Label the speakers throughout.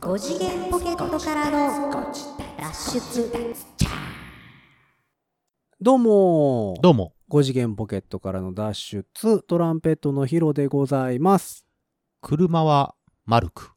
Speaker 1: 5次元ポケットからの脱出
Speaker 2: どうも
Speaker 3: どうも。
Speaker 2: 5次元ポケットからの脱出トランペットのヒロでございます
Speaker 3: 車はマルク。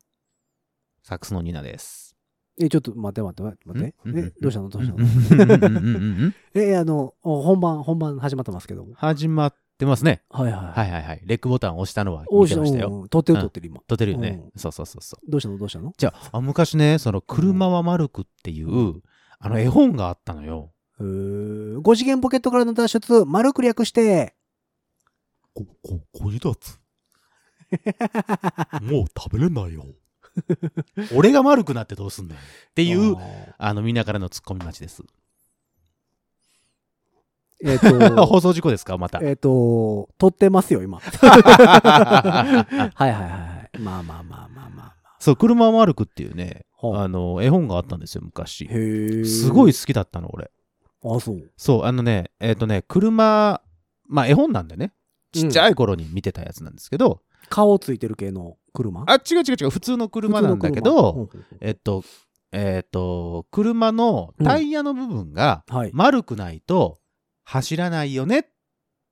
Speaker 3: サックスのニナです。
Speaker 2: えちょっと待って待って待って待って
Speaker 3: ん
Speaker 2: えどうしたのどうした
Speaker 3: ん
Speaker 2: の
Speaker 3: んうんうんうんうん
Speaker 2: えあのお本番本番始まってますけども
Speaker 3: 始まってますね。
Speaker 2: はいはい
Speaker 3: はいはいはい。レックボタン押したのは
Speaker 2: お
Speaker 3: 見
Speaker 2: う
Speaker 3: て
Speaker 2: し
Speaker 3: ました
Speaker 2: うん
Speaker 3: よ。
Speaker 2: うん撮ってる撮ってる今
Speaker 3: 撮ってるよね。
Speaker 2: う
Speaker 3: そうそうそうそう。
Speaker 2: どうしたのどうしたの
Speaker 3: じゃああ、昔ね、その車はマルクっていう、あの絵本があったのよ。
Speaker 2: えー5次元ポケットからの脱出丸く略して
Speaker 3: こ、こ、こじだ つ。もう食べれないよ。俺がマルクなってどうすんだよ。っていう
Speaker 2: あ、ー
Speaker 3: あの、みんなからのツッコミ待ちです。
Speaker 2: えっ、 と
Speaker 3: 放送事故ですか また。
Speaker 2: えっ、と撮ってますよ今はいはいはいはいまあまあまあまあまあまあ
Speaker 3: そう、車はマルクっていうね、
Speaker 2: ほう
Speaker 3: あの、絵本があったんですよ、昔。
Speaker 2: へえ
Speaker 3: すごい
Speaker 2: い
Speaker 3: 好きだったの、俺。
Speaker 2: あそう
Speaker 3: そう、あのね、えっ、とね、車、まあ絵本なんでね、ちっちゃい頃に見てたやつなんですけど、
Speaker 2: 顔ついてる系の車
Speaker 3: あ、違う違う違う、普通の車なんだけど、えっと、えっ、と、車のタイヤの部分が
Speaker 2: はい。
Speaker 3: 丸くないと走らないよねっ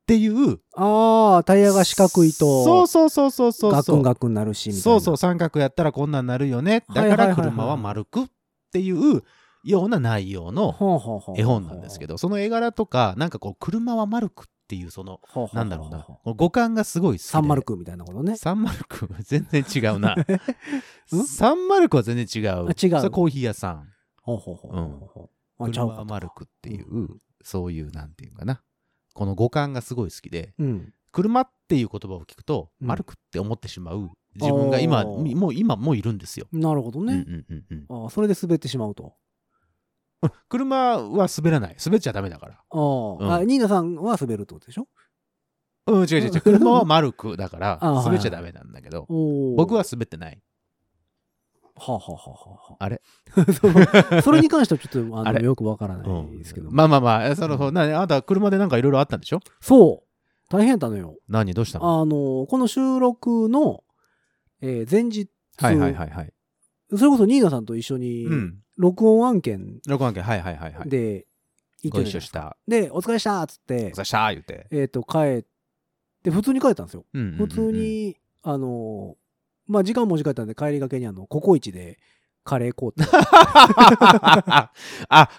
Speaker 3: ていう。
Speaker 2: ああ、タイヤが四角いと、
Speaker 3: そうそうそうそうそう。
Speaker 2: ガクンガクンなるし、みたい
Speaker 3: そ
Speaker 2: な。
Speaker 3: うそう、三角やったらこんなんなるよね。
Speaker 2: はいは
Speaker 3: だ
Speaker 2: い
Speaker 3: か
Speaker 2: はいはい
Speaker 3: ら車は丸くっていうような内容の
Speaker 2: ほうほうほう。
Speaker 3: 絵本なんですけど、その絵柄とか、なんかこう、車は丸くっていう、その、
Speaker 2: ほうほうほう、
Speaker 3: なんだろうな、この五感がすごい好きで。
Speaker 2: サンマル。クみたいなことね。
Speaker 3: サンマルク全然違う な。サンマルクは全然違
Speaker 2: あ
Speaker 3: う。
Speaker 2: 違う
Speaker 3: それコーヒー屋さん。
Speaker 2: ほうほうほうほうほう。あちゃ
Speaker 3: 車
Speaker 2: うか
Speaker 3: は丸くっていう、そういう、なんていうかな。この五感がすごい好きで、
Speaker 2: うん。
Speaker 3: 車っていう言葉を聞くと、
Speaker 2: うん
Speaker 3: 丸くって思ってしまう自分が今、
Speaker 2: あー
Speaker 3: もう今もういるんですよ。
Speaker 2: なるほどね
Speaker 3: う。んうんうんうん
Speaker 2: あーそれで滑ってしまうと。
Speaker 3: 車は滑らない。滑っちゃダメだから。
Speaker 2: あーあ、
Speaker 3: う
Speaker 2: ニーナさんは滑るってことでしょ
Speaker 3: うん、違う違う違う。車は丸くだから、
Speaker 2: あはい
Speaker 3: 滑っちゃダメなんだけど、
Speaker 2: おー
Speaker 3: 僕は、滑ってない。
Speaker 2: はあ、はあはあはあ、
Speaker 3: あれ
Speaker 2: そのそれに関してはちょっとあ
Speaker 3: あ
Speaker 2: の
Speaker 3: れ
Speaker 2: よくわからな
Speaker 3: う
Speaker 2: い
Speaker 3: ん
Speaker 2: ですけど、
Speaker 3: まあまあまあ、その、
Speaker 2: う
Speaker 3: なあなた車でなんかいろいろあったんでしょ
Speaker 2: そう大変だのよ
Speaker 3: 何どうしたの
Speaker 2: あのこの収録の、えー前日
Speaker 3: はいはいはいはい。
Speaker 2: それこそニーナさんと一緒に
Speaker 3: うん。
Speaker 2: 録音案件
Speaker 3: 録音機はいはいはいはい。
Speaker 2: で行
Speaker 3: ご
Speaker 2: って
Speaker 3: 一
Speaker 2: た
Speaker 3: 緒
Speaker 2: じ
Speaker 3: し
Speaker 2: ゃ
Speaker 3: た。
Speaker 2: ないで「お疲れした」っつって
Speaker 3: さしゃー言うて。
Speaker 2: えっ、と帰って普通に帰ったんですよ
Speaker 3: うんうんうんうん
Speaker 2: 普通。に、あのーまあ時間も時間だったんで帰りがけにあのココイチでカレー買う て
Speaker 3: あ、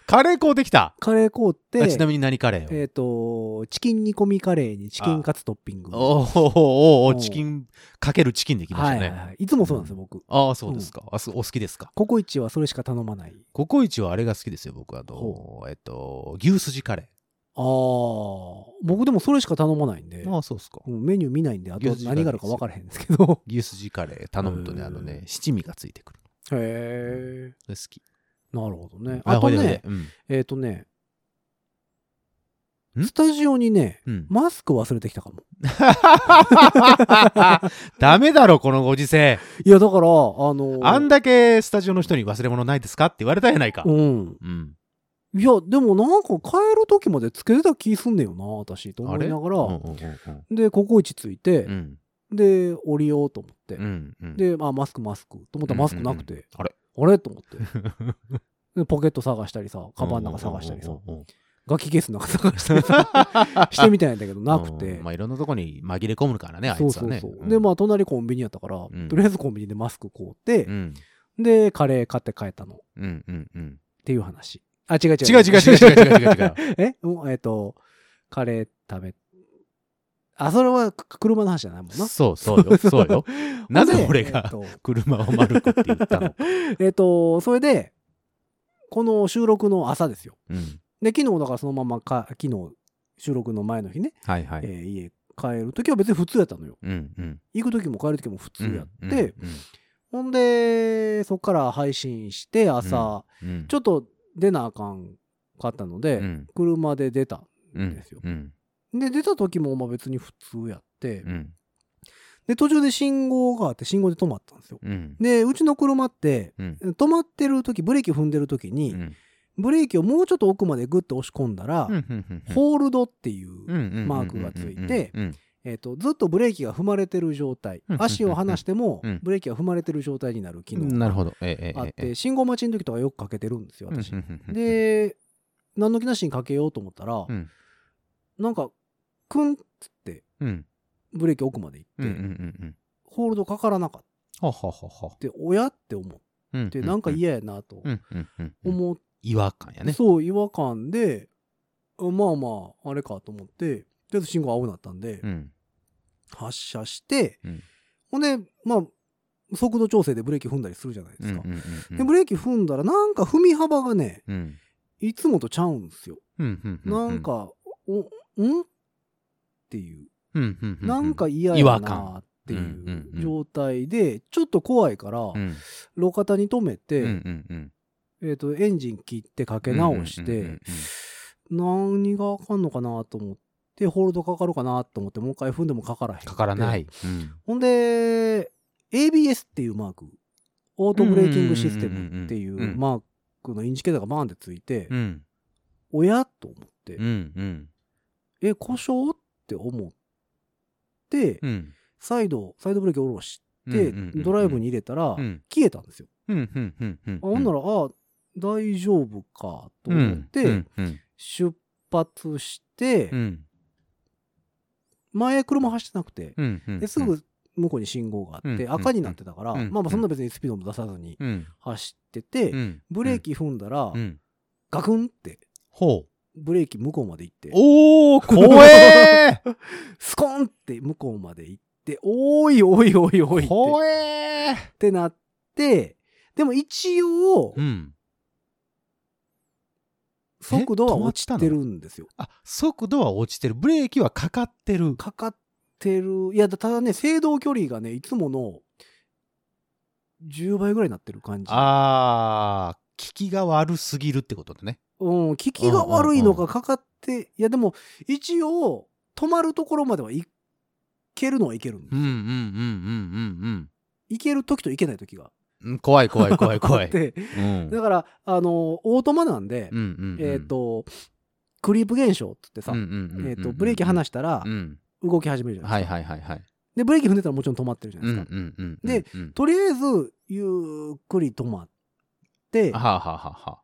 Speaker 3: カレー粉できた。
Speaker 2: カレー買うて
Speaker 3: あちなみに何カレーを
Speaker 2: えっ、とチキン煮込みカレーにチキンカツトッピング
Speaker 3: おーおーおーおーチキン、かけるチキンできまし
Speaker 2: は
Speaker 3: た
Speaker 2: いはい
Speaker 3: ね。
Speaker 2: はいいつもそうなんですよ僕
Speaker 3: ああ、そうですか。あ、すお好きですか。
Speaker 2: ココイチはそれしか頼まない
Speaker 3: ココイチはあれが好きですよ、僕は。あの
Speaker 2: ほ、
Speaker 3: えっと、牛すじカレ
Speaker 2: あー僕でもそれしか頼まないんで
Speaker 3: ー。ああ、そうですか。
Speaker 2: うんメニュー見ないんであと
Speaker 3: 牛すじカレ
Speaker 2: 何
Speaker 3: ー
Speaker 2: があるか分からへんですけど
Speaker 3: 牛すじカレー頼むと
Speaker 2: へ
Speaker 3: ね、
Speaker 2: ー
Speaker 3: あのね、七味がついてくる。
Speaker 2: へえ。
Speaker 3: それ好き。
Speaker 2: なるほどね。
Speaker 3: あ
Speaker 2: あと
Speaker 3: ほいでほいで
Speaker 2: ね、
Speaker 3: うん
Speaker 2: えっ、とね、
Speaker 3: ん
Speaker 2: スタジオにね、
Speaker 3: うん。
Speaker 2: マスク忘れてきたかも。
Speaker 3: ダメだろ、このご時世。
Speaker 2: いや、だから、あのー
Speaker 3: あんだけスタジオの人に忘れ物ないですかって言われたやないか
Speaker 2: う。ん。
Speaker 3: うん。
Speaker 2: いや、でもなんか帰る時までつけてた気すんねよな、私、と思いなが
Speaker 3: うんうん
Speaker 2: ら、
Speaker 3: うんうん
Speaker 2: で、ココイチついて、
Speaker 3: うん
Speaker 2: で、降りようと思って、
Speaker 3: うんうん。
Speaker 2: で、まあ、マスク、マスク、と思ったらマスクなくて、
Speaker 3: あれ
Speaker 2: あれと思 って。でポケット探したりさ、カバンの中探したりさ
Speaker 3: うん、うんうんうん
Speaker 2: 楽器ケースの中探 したりさ、 してみたいんだけど、なく
Speaker 3: う
Speaker 2: て
Speaker 3: ん。まあいろんなとこに紛れ込むからね、あ
Speaker 2: そ
Speaker 3: いうつは
Speaker 2: そう
Speaker 3: ね。
Speaker 2: そう。
Speaker 3: ん
Speaker 2: で、まあ、隣コンビニやったから、
Speaker 3: ん
Speaker 2: とりあえずコンビニでマスク買うて、
Speaker 3: うん
Speaker 2: で、カレー買って帰ったのっ
Speaker 3: うんうんうん。
Speaker 2: ていう話。あ、違う違う。
Speaker 3: 違う違う違う違う違う違う違う。
Speaker 2: えうんえっ、と、カレー食べ、あ、それはく車の話じゃないもんな。
Speaker 3: そうそうよ、そうよ。 なぜ
Speaker 2: ほんで
Speaker 3: 俺が
Speaker 2: えっ、と、
Speaker 3: 車を丸くって言ったのか。
Speaker 2: えっとそれで、この収録の朝ですよ。
Speaker 3: うん。
Speaker 2: で、昨日、だからそのままか、昨日、収録の前の日ね、
Speaker 3: はいはい。
Speaker 2: えー家帰る時は別に普通やったのよ。
Speaker 3: うんうん。
Speaker 2: 行く時も帰る時も普通やって、
Speaker 3: う
Speaker 2: ほ
Speaker 3: ん
Speaker 2: んで、そっから配信して、朝、
Speaker 3: うんうん、
Speaker 2: ちょっと出なあかんかったので、
Speaker 3: うん
Speaker 2: 車で出た
Speaker 3: うん
Speaker 2: んですよ。
Speaker 3: うん
Speaker 2: で、出た時もまあ別に普通やって、
Speaker 3: うん
Speaker 2: で、途中で信号があって、信号で止まったんですよ。
Speaker 3: うん
Speaker 2: で、うちの車って、
Speaker 3: うん
Speaker 2: 止まってる時、ブレーキ踏んでる時
Speaker 3: う
Speaker 2: に、
Speaker 3: ん
Speaker 2: ブレーキをもうちょっと奥までグッと押し込んだら、
Speaker 3: うんうんうん
Speaker 2: ホールドっていう、
Speaker 3: うんうんうんうんうんうん
Speaker 2: マークがついて
Speaker 3: うん
Speaker 2: えっとずっとブレーキが踏まれてる状態
Speaker 3: うん
Speaker 2: 足を離しても
Speaker 3: うん
Speaker 2: ブレーキが踏まれてる状態になる機能
Speaker 3: なるほど。ええ
Speaker 2: があっ
Speaker 3: えええ
Speaker 2: て信号待ちの時とかよくかけてるんですよ
Speaker 3: え
Speaker 2: 私
Speaker 3: うんうんうん
Speaker 2: で何の気なしにかけようと思ったら
Speaker 3: うん
Speaker 2: なんかクンっつって
Speaker 3: うん
Speaker 2: ブレーキ奥まで行
Speaker 3: うんうんう
Speaker 2: って
Speaker 3: んうん
Speaker 2: ホールドかからなかっ
Speaker 3: はははは
Speaker 2: たで親って思っ
Speaker 3: うん
Speaker 2: てなんか
Speaker 3: うん
Speaker 2: 嫌やなと
Speaker 3: うんうんうんうん
Speaker 2: 思っ
Speaker 3: 違和感やね。
Speaker 2: そう、違和感で、あまあまあ、あれかと思って、とりあえず信号青になったんで、
Speaker 3: うん
Speaker 2: 発車して、
Speaker 3: うん
Speaker 2: ほんで、まあ、速度調整でブレーキ踏んだりするじゃないですか。
Speaker 3: うんうんうん
Speaker 2: で、ブレーキ踏んだら、なんか踏み幅がね、
Speaker 3: うん
Speaker 2: いつもとちゃうんですよ。
Speaker 3: うんうんう
Speaker 2: なんか、お、んっていう、
Speaker 3: うんうんう
Speaker 2: なんか嫌
Speaker 3: 違
Speaker 2: や
Speaker 3: 和
Speaker 2: な
Speaker 3: 感
Speaker 2: ってい
Speaker 3: んうんう
Speaker 2: うんう状態で、ちょっと怖いから、
Speaker 3: うん
Speaker 2: 路肩に止め
Speaker 3: う
Speaker 2: て、
Speaker 3: んうんうん
Speaker 2: えっ、と、エンジン切ってかけ直して、
Speaker 3: うんうんうん
Speaker 2: 何があかんのかなと思って、ホールドかかるかなと思って、もう一回踏んでもかからへん。
Speaker 3: かからない。
Speaker 2: ほんで、ABS っていうマーク、オートブレーキングシステムってい
Speaker 3: んうんうん
Speaker 2: う
Speaker 3: うん
Speaker 2: マークのインジケーターがバーンってついて
Speaker 3: う、ん
Speaker 2: おやと思って
Speaker 3: うんう、ん
Speaker 2: え、故障って思って
Speaker 3: う、ん
Speaker 2: 再度、サイドブレーキを下ろし
Speaker 3: うん
Speaker 2: て、
Speaker 3: うん
Speaker 2: ドライブに入れたら
Speaker 3: う、ん
Speaker 2: 消えたんですよ。
Speaker 3: うんうんうんうんうん
Speaker 2: あほんなら、あ大丈夫かと思っ
Speaker 3: う
Speaker 2: て
Speaker 3: ん、うん
Speaker 2: 出発して
Speaker 3: う、ん
Speaker 2: 前車走ってなくて、
Speaker 3: うんうん
Speaker 2: ですぐ向こうに信号があって、
Speaker 3: うん
Speaker 2: 赤になってたから、
Speaker 3: うん
Speaker 2: まあまあそんな別にスピードも出さずに
Speaker 3: うん
Speaker 2: 走ってて、
Speaker 3: うん
Speaker 2: ブレーキ踏んだら、
Speaker 3: うん
Speaker 2: ガクンって
Speaker 3: ほう
Speaker 2: ブレーキ向こうまで行って、
Speaker 3: おー怖え ー
Speaker 2: スコーンって向こうまで行って、おいおいおいおいって
Speaker 3: 怖えー
Speaker 2: ってなって、でも一応
Speaker 3: う、ん
Speaker 2: 速度は
Speaker 3: え止まっ
Speaker 2: 落ち
Speaker 3: たの
Speaker 2: てるんですよ。
Speaker 3: あ速度は落ちてるブレーキはかかってる
Speaker 2: かかってる。いや、ただね、制動距離がね、いつもの10倍ぐらいになってる感じ。
Speaker 3: あー効きが悪すぎるってことだね
Speaker 2: うん、聞きが悪いのかかかって、いやでも、一応、止まるところまでは行けるのはいけるんです
Speaker 3: うん
Speaker 2: よ
Speaker 3: うんうんうんうん
Speaker 2: 行ける時と行けない時が。
Speaker 3: うんうん怖い怖い怖 い怖い
Speaker 2: で、
Speaker 3: うん
Speaker 2: だから、あの、オートマなんで
Speaker 3: う、んうんうん
Speaker 2: えっと、クリープ現象って
Speaker 3: うん
Speaker 2: って
Speaker 3: うんうんうん
Speaker 2: さ、えっと、ブレーキ離したら
Speaker 3: う、ん
Speaker 2: 動き始めるじゃない
Speaker 3: は
Speaker 2: で
Speaker 3: い
Speaker 2: すか。
Speaker 3: はいはいはい
Speaker 2: で、ブレーキ踏んでたらもちろん止まってるじゃ
Speaker 3: う
Speaker 2: なんいうですか。
Speaker 3: んうんうん
Speaker 2: で
Speaker 3: うん
Speaker 2: とりあえず、ゆっくり止まって、
Speaker 3: はあはあはあはあ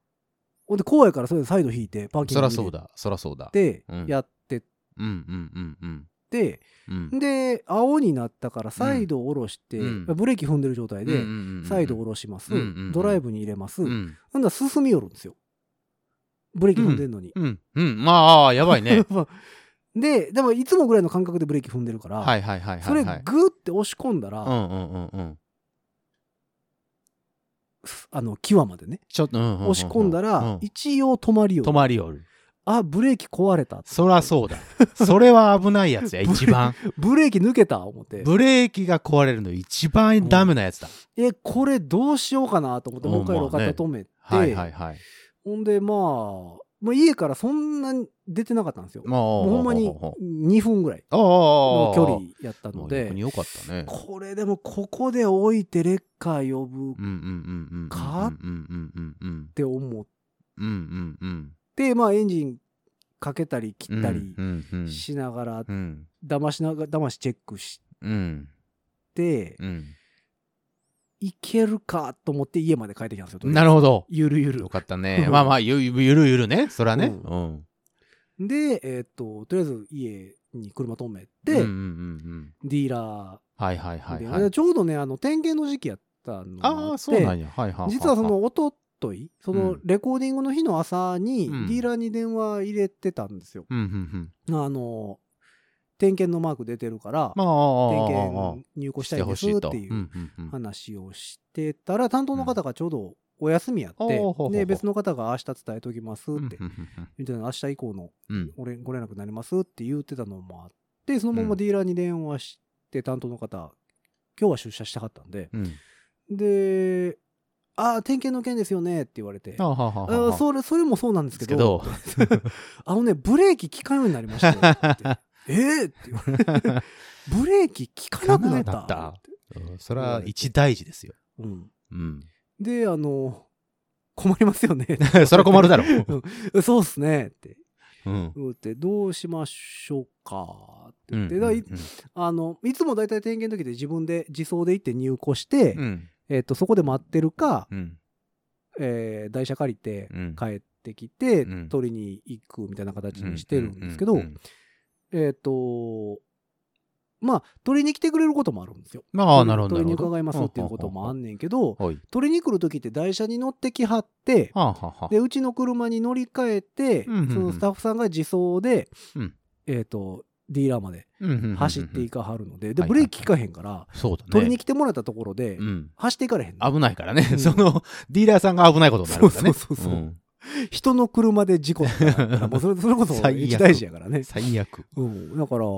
Speaker 2: ほんで、怖いからそれでサイド引いて、パーキン
Speaker 3: そ
Speaker 2: グ
Speaker 3: ら
Speaker 2: に
Speaker 3: そう
Speaker 2: 入
Speaker 3: だそらそうだ
Speaker 2: れて
Speaker 3: うん、
Speaker 2: やってっ
Speaker 3: うんうんうんうん
Speaker 2: て、
Speaker 3: うん
Speaker 2: で青になったからサイドを下ろして、
Speaker 3: うん
Speaker 2: ブレーキ踏んでる状態で、
Speaker 3: で
Speaker 2: サイドを下ろします、
Speaker 3: うんうんうん
Speaker 2: ドライブに入れます、
Speaker 3: う
Speaker 2: なん、
Speaker 3: ん
Speaker 2: だら進み寄るんですよブレーキ踏んでんのに、
Speaker 3: うんうんまあやば いね
Speaker 2: ででもいつもぐらいの感覚でブレーキ踏んでるから、
Speaker 3: はいはいはいはいはい
Speaker 2: それグーって押し込んだら、
Speaker 3: うんうんうんうん
Speaker 2: あの際までね
Speaker 3: ちょっと、うんうんうんうん
Speaker 2: 押し込んだら、
Speaker 3: うん
Speaker 2: 一応止まりよ
Speaker 3: 止まりよる
Speaker 2: あブレーキ壊れた
Speaker 3: そらそうだそれは危ないや つや一番
Speaker 2: ブレーキ抜けた思って
Speaker 3: ブレーキが壊れるの一番ダメなやつだ、
Speaker 2: えこれどうしようかなと思って
Speaker 3: うん
Speaker 2: もう一回
Speaker 3: まあ
Speaker 2: 路
Speaker 3: ね
Speaker 2: 肩止めて、
Speaker 3: はいはいはい
Speaker 2: ほんでまあ、まあ、家からそんなに出てなかったんですよ
Speaker 3: も
Speaker 2: もうほんまに2分ぐらいの距離やったの
Speaker 3: もう逆
Speaker 2: で
Speaker 3: に、良かったね
Speaker 2: これでもここで置いてレッカー呼ぶっ
Speaker 3: うんうんうんうん
Speaker 2: か
Speaker 3: うんうんうんうん
Speaker 2: て思っ
Speaker 3: うんうんうん
Speaker 2: て、まあエンジンかけたり切ったり
Speaker 3: うんうん
Speaker 2: しながら、
Speaker 3: うん
Speaker 2: 騙しながら、騙しチェックし
Speaker 3: うん
Speaker 2: て、
Speaker 3: うん
Speaker 2: いけるかと思って家まで帰ってきたんですよ。
Speaker 3: なるほど
Speaker 2: ゆるゆる
Speaker 3: よ。かった ねまあまあゆゆゆるゆるねそらね
Speaker 2: うん
Speaker 3: うん
Speaker 2: で、えーっと、とりあえず家に車止めて、
Speaker 3: うんうんうんうん
Speaker 2: ディーラ
Speaker 3: はいはいは
Speaker 2: ーで、
Speaker 3: いはい
Speaker 2: ちょうどね、あの、点検の時期やったの
Speaker 3: あ
Speaker 2: も
Speaker 3: あ
Speaker 2: って
Speaker 3: そうなんやはいはいいい
Speaker 2: 実はそのおとといそうの
Speaker 3: ん
Speaker 2: レコーディングの日の朝に
Speaker 3: うん
Speaker 2: ディーラーに電話入れてたんですよ、
Speaker 3: うんうんうん
Speaker 2: あの点検のマーク出てるから、
Speaker 3: まあ
Speaker 2: 点
Speaker 3: あああ
Speaker 2: 検入庫し
Speaker 3: したて
Speaker 2: いん
Speaker 3: ほ
Speaker 2: です
Speaker 3: しいと
Speaker 2: っていうん
Speaker 3: うんうん
Speaker 2: 話をしてたら担当の方がちょうどお休みやって、
Speaker 3: うんおーほうほうほう
Speaker 2: で別の方が明日伝えときますって、
Speaker 3: うんうんうん
Speaker 2: みたいな明日以降の
Speaker 3: うん
Speaker 2: ご連ご連絡になりますって言ってたのもあってそのままディーラーに電話して担当の方今日は出社したかったんで、
Speaker 3: うん
Speaker 2: で「ああ点検の件ですよね」って言われて
Speaker 3: あははは
Speaker 2: あ
Speaker 3: は
Speaker 2: それそれもそうなんですけど
Speaker 3: です
Speaker 2: けど あのねブレーキ効かんようになりましたよ って言ってえーって言われてブレーキ効かなくなった
Speaker 3: 効かなくなったうん それは一大事ですよ。
Speaker 2: うん、
Speaker 3: うん。
Speaker 2: であの困りますよね
Speaker 3: それは困るだろ。
Speaker 2: うんそうっすねって
Speaker 3: うん。
Speaker 2: うってどうしましょうかって
Speaker 3: う
Speaker 2: 言っ
Speaker 3: ん。
Speaker 2: て、だいあのいつも大体点検の時で自分で自走で行って入庫して、
Speaker 3: うん。
Speaker 2: えっとそこで待ってるか、
Speaker 3: うん。
Speaker 2: えー台車借りて
Speaker 3: うん。
Speaker 2: 帰ってきて、
Speaker 3: うん
Speaker 2: 取りに行くみたいな形にしてるんですけど、
Speaker 3: うううん
Speaker 2: えっ、とまあ取りに来てくれることもあるんですよ。
Speaker 3: ああ、なるほど。
Speaker 2: 取り
Speaker 3: な
Speaker 2: に
Speaker 3: るほど
Speaker 2: 伺いますっていうこともあんねんけど、
Speaker 3: はい。
Speaker 2: 取りに来る時って台車に乗ってきはって、
Speaker 3: はあ、はあ、はあ
Speaker 2: でうちの車に乗り換えて、
Speaker 3: うんうんうん
Speaker 2: そのスタッフさんが自走で、
Speaker 3: うん
Speaker 2: えっ、とディーラーまで
Speaker 3: うんうんうんうん
Speaker 2: 走っていかはるので、で
Speaker 3: はい
Speaker 2: ブレーキ効かへんから、
Speaker 3: そうだね。
Speaker 2: 取りに来てもらったところで、
Speaker 3: うん。
Speaker 2: 走っていかれへんの
Speaker 3: 危ないからね。
Speaker 2: うん
Speaker 3: その、ディーラーさんが危ないことになるからね。
Speaker 2: そうそうそうそうん人の車で事故ってなったらもう それそれこそ
Speaker 3: 最悪
Speaker 2: 一大事やからね、
Speaker 3: 最悪。
Speaker 2: うん、だからい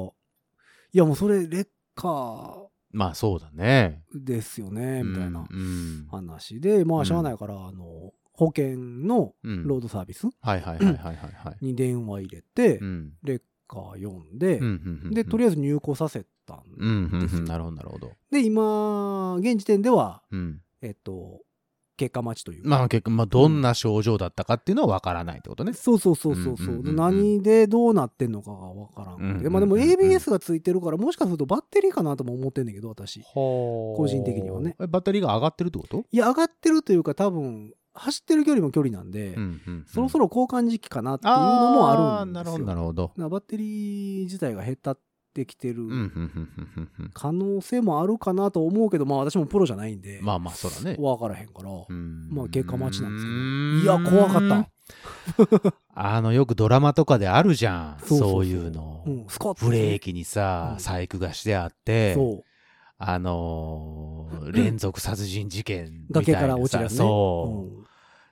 Speaker 2: やもうそれレッカー
Speaker 3: まあ、そうだね。
Speaker 2: ですよねみたいな
Speaker 3: うん。
Speaker 2: 話で、ま
Speaker 3: う
Speaker 2: あ
Speaker 3: ん
Speaker 2: しゃあないから、あの保険の
Speaker 3: うん
Speaker 2: ロードサービス
Speaker 3: はいはいはいはいはいはい。
Speaker 2: に電話入れて、
Speaker 3: うん。
Speaker 2: レッカー呼んで、でと
Speaker 3: あ
Speaker 2: りあえず入庫させたん
Speaker 3: うんうん
Speaker 2: です
Speaker 3: う
Speaker 2: よ
Speaker 3: ん、なるほどなるほど。
Speaker 2: で今現時点では
Speaker 3: うん、
Speaker 2: えっと結果待ちというか
Speaker 3: まあ結局、まあ、どんな症状だったかっていうのは分からないってことね。
Speaker 2: そうそうそうそうそう,、
Speaker 3: うんうんうんうん
Speaker 2: 何でどうなってんのかがわからんくて、
Speaker 3: うんうんうん
Speaker 2: まあでも ABS がついてるからもしかするとバッテリーかなとも思ってんねんけど私
Speaker 3: 個
Speaker 2: 個人的にはね。
Speaker 3: えバッテリーが上がってるってこと、
Speaker 2: いや上がってるというか多分走ってる距離も距離なんで、
Speaker 3: うんうんうん
Speaker 2: そろそろ交換時期かなっていうのも
Speaker 3: あ
Speaker 2: あ
Speaker 3: ー
Speaker 2: るんですよ
Speaker 3: なるほどなるほど。
Speaker 2: なバッテリー自体が減ったってきて
Speaker 3: うんうんう
Speaker 2: る
Speaker 3: んうんうん
Speaker 2: 可能性もあるかなと思うけどまあ私もプロじゃないんで、
Speaker 3: まあまあそうだね。
Speaker 2: 分からへんから、
Speaker 3: うん
Speaker 2: まあ結果待ちなんです
Speaker 3: う
Speaker 2: けど
Speaker 3: ーん
Speaker 2: いや怖かった、
Speaker 3: あのよくドラマとかであるじゃん
Speaker 2: そうそうそう
Speaker 3: そういうの、
Speaker 2: うん、スコッと
Speaker 3: ブレーキにさ
Speaker 2: うん
Speaker 3: 細工がしてあって、
Speaker 2: そ
Speaker 3: あのー連続殺人事件
Speaker 2: う
Speaker 3: みた
Speaker 2: 崖
Speaker 3: いな
Speaker 2: か
Speaker 3: さ
Speaker 2: ら落ちるやつね
Speaker 3: そう、
Speaker 2: うん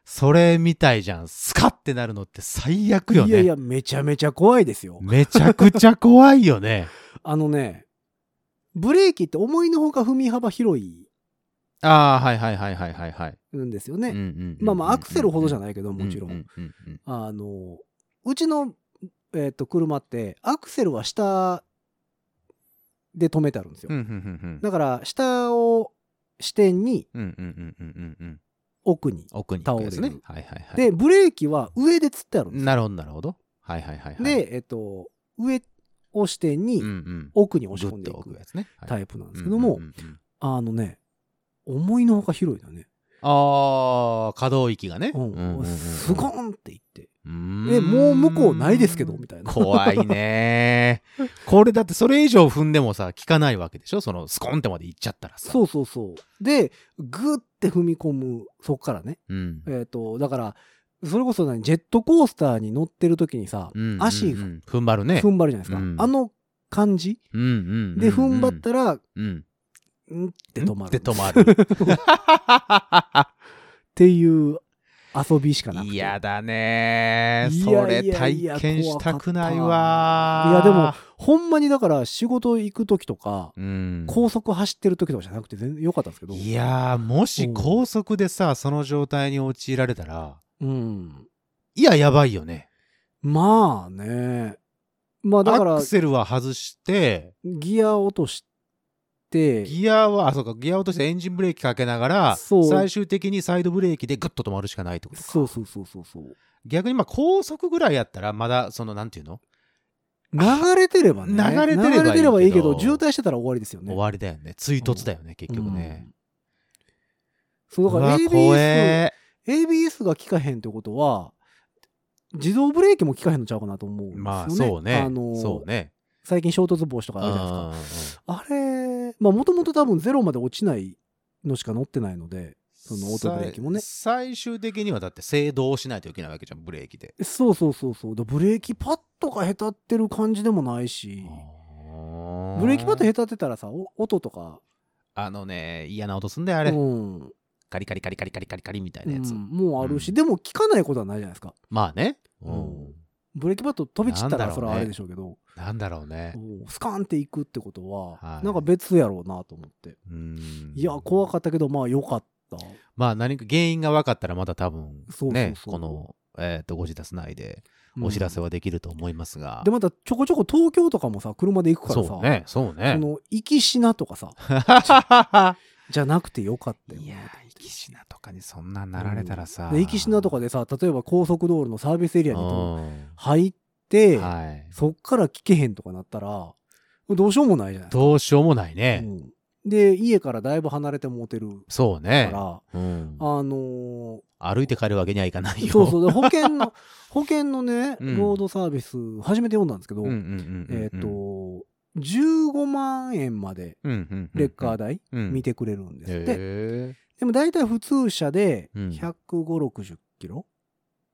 Speaker 3: それみたいじゃんスカってなるのって最悪よね
Speaker 2: いやいや、めちゃめちゃ怖いですよ。
Speaker 3: めちゃくちゃ怖いよね
Speaker 2: あのね、ブレーキって思いのほか踏み幅広い
Speaker 3: ああはいはいはいはいはいはい、
Speaker 2: んですよ
Speaker 3: うん
Speaker 2: ね。
Speaker 3: うんうんうん
Speaker 2: まあまあ、アクセルほどじゃ
Speaker 3: ない
Speaker 2: ないけど、もちろ。
Speaker 3: うんううん
Speaker 2: あの、うちの、えっと、車って、アクセルは下で止めてあるんですよ
Speaker 3: うんう。んうん
Speaker 2: だから、下を支点に、
Speaker 3: うんうんうんうんうんうんうん
Speaker 2: 奥に。
Speaker 3: 奥に行くやつ
Speaker 2: 倒
Speaker 3: ね
Speaker 2: れる
Speaker 3: はいはいはい
Speaker 2: で、ブレーキは上でつってあるんです
Speaker 3: なるほどなるほどはいはいはいはい
Speaker 2: よ。で、えっと、上を支点
Speaker 3: う
Speaker 2: に
Speaker 3: ん、うん
Speaker 2: 奥に
Speaker 3: グ
Speaker 2: 押し込ん
Speaker 3: ッ
Speaker 2: で
Speaker 3: と
Speaker 2: い
Speaker 3: 置く
Speaker 2: く
Speaker 3: やつねはい
Speaker 2: タイプなんですけども
Speaker 3: うんう、んうんうん
Speaker 2: あのね、思いのほか広いだね。
Speaker 3: ああ可動域がね
Speaker 2: うんスゴーンって言って、
Speaker 3: え
Speaker 2: え、もう向こうないですけど、みたいな。
Speaker 3: 怖いねこれだってそれ以上踏んでもさ効かないわけでしょそのスコンってまで行っちゃったらさ、
Speaker 2: そううそうそう。で、グって踏み込む、そっからね。
Speaker 3: ん
Speaker 2: えっ、と、だから、それこそ何、ジェットコースターに乗ってる時にさ、
Speaker 3: うんうん
Speaker 2: 足
Speaker 3: うん踏ん張るね
Speaker 2: 踏ん張るじゃないですか。
Speaker 3: うん
Speaker 2: あの感じ
Speaker 3: うんうんうん
Speaker 2: で踏ん張ったら、
Speaker 3: うん
Speaker 2: んって止まる。
Speaker 3: で止ま る
Speaker 2: っていう遊びしかなくて。
Speaker 3: 嫌だね
Speaker 2: い
Speaker 3: そ
Speaker 2: やいや
Speaker 3: れ
Speaker 2: いや
Speaker 3: 体験したくないわ
Speaker 2: いや、でも、ほんまにだから仕事行く時とか、
Speaker 3: うん
Speaker 2: 高速走ってる時とかじゃなくて全然良かったんですけど。
Speaker 3: いやーもし
Speaker 2: うん
Speaker 3: 高速でさその状態に陥られたら
Speaker 2: うん。
Speaker 3: いややばいよね
Speaker 2: まあね。まあだか
Speaker 3: ア
Speaker 2: ら
Speaker 3: ク、セルは外して
Speaker 2: ギア落として、
Speaker 3: ギアはあそうかギア落としてエンジンブレーキかけながら
Speaker 2: そう
Speaker 3: 最終的にサイドブレーキでグッと止まるしかないってことか
Speaker 2: そうそうそうそうそう。
Speaker 3: 逆にまあ高速ぐらいやったらまだそのなんていうの、
Speaker 2: 流れてればね。
Speaker 3: 流れてれば
Speaker 2: 流い
Speaker 3: いいけど
Speaker 2: いけど、渋滞してたら終わりですよね。
Speaker 3: 終わりだよね追突だよね、結局ね、
Speaker 2: うん。そう、だから
Speaker 3: うわ怖
Speaker 2: ABS、
Speaker 3: え
Speaker 2: ABS が効かへんってことは、自動ブレーキも効かへんのちゃうかなと思うんですよね。
Speaker 3: まあそうね
Speaker 2: あの、
Speaker 3: そうね
Speaker 2: 最近衝突防止とかあるじゃないですか。あれ、まあもともと多分ゼロまで落ちないのしか乗ってないので、そのオートブレーキもね
Speaker 3: さ最終的にはだって制動しないといけないわけじゃんブレーキで
Speaker 2: そうそうそうそう。だブレーキパッドがへたってる感じでもないし、ブ
Speaker 3: ブ
Speaker 2: レーキパッドへたってたらさ、お音とか、
Speaker 3: あのね嫌な音すんだよあ
Speaker 2: う
Speaker 3: れ、
Speaker 2: ん、うん
Speaker 3: カリカリカリカリカリカリカリみたいなやつ、
Speaker 2: もうあるし、
Speaker 3: うん
Speaker 2: でも効かないことはないじゃないですか。
Speaker 3: まあね、
Speaker 2: うんブレーキパッド飛び散った
Speaker 3: なん
Speaker 2: ら
Speaker 3: だろうね
Speaker 2: それはあれでしょうけど、
Speaker 3: なんだろうね
Speaker 2: うんスカーンっていくってことは、
Speaker 3: はい
Speaker 2: なんか別やろうなと思って。
Speaker 3: うん
Speaker 2: いや、怖かったけど、まあ良かった。
Speaker 3: まあ何か原因が分かったらまた多分
Speaker 2: そうそうそう
Speaker 3: ねこの、えー、とご自宅内でお知らせ
Speaker 2: は。
Speaker 3: はできると思いますが、
Speaker 2: で、またちょこちょこ東京とかもさ、車で行くからさ、
Speaker 3: そうねそう
Speaker 2: そ
Speaker 3: ね
Speaker 2: の、行きしなとかさ、じゃなくてよかったよ
Speaker 3: い
Speaker 2: ね
Speaker 3: やー生きしなとかにそんなんなられたらさ、
Speaker 2: で行きしなとかでさ例えば高速道路のサービスエリ
Speaker 3: う
Speaker 2: アに
Speaker 3: ん
Speaker 2: 入って、
Speaker 3: はい。
Speaker 2: そっから聞けへんとかなったら、どうしようもないじゃない
Speaker 3: どうしようもないね。
Speaker 2: うんで、家からだいぶ離れてもうてる
Speaker 3: そう
Speaker 2: か
Speaker 3: ね。
Speaker 2: ら、
Speaker 3: うん
Speaker 2: あの
Speaker 3: 歩いて帰るわけにはいかない
Speaker 2: ー
Speaker 3: よ。
Speaker 2: そうそう、で保険 の、保険のね、
Speaker 3: うん
Speaker 2: ロードサービス、初めて読んだんですけど、
Speaker 3: うんうんうんうんうん
Speaker 2: えっ、、と、15万円まで
Speaker 3: うんうんうんうん
Speaker 2: レッカー代
Speaker 3: うん
Speaker 2: 見てくれるんですって。
Speaker 3: へ
Speaker 2: でも大体普通車で
Speaker 3: うん
Speaker 2: 150、60キロ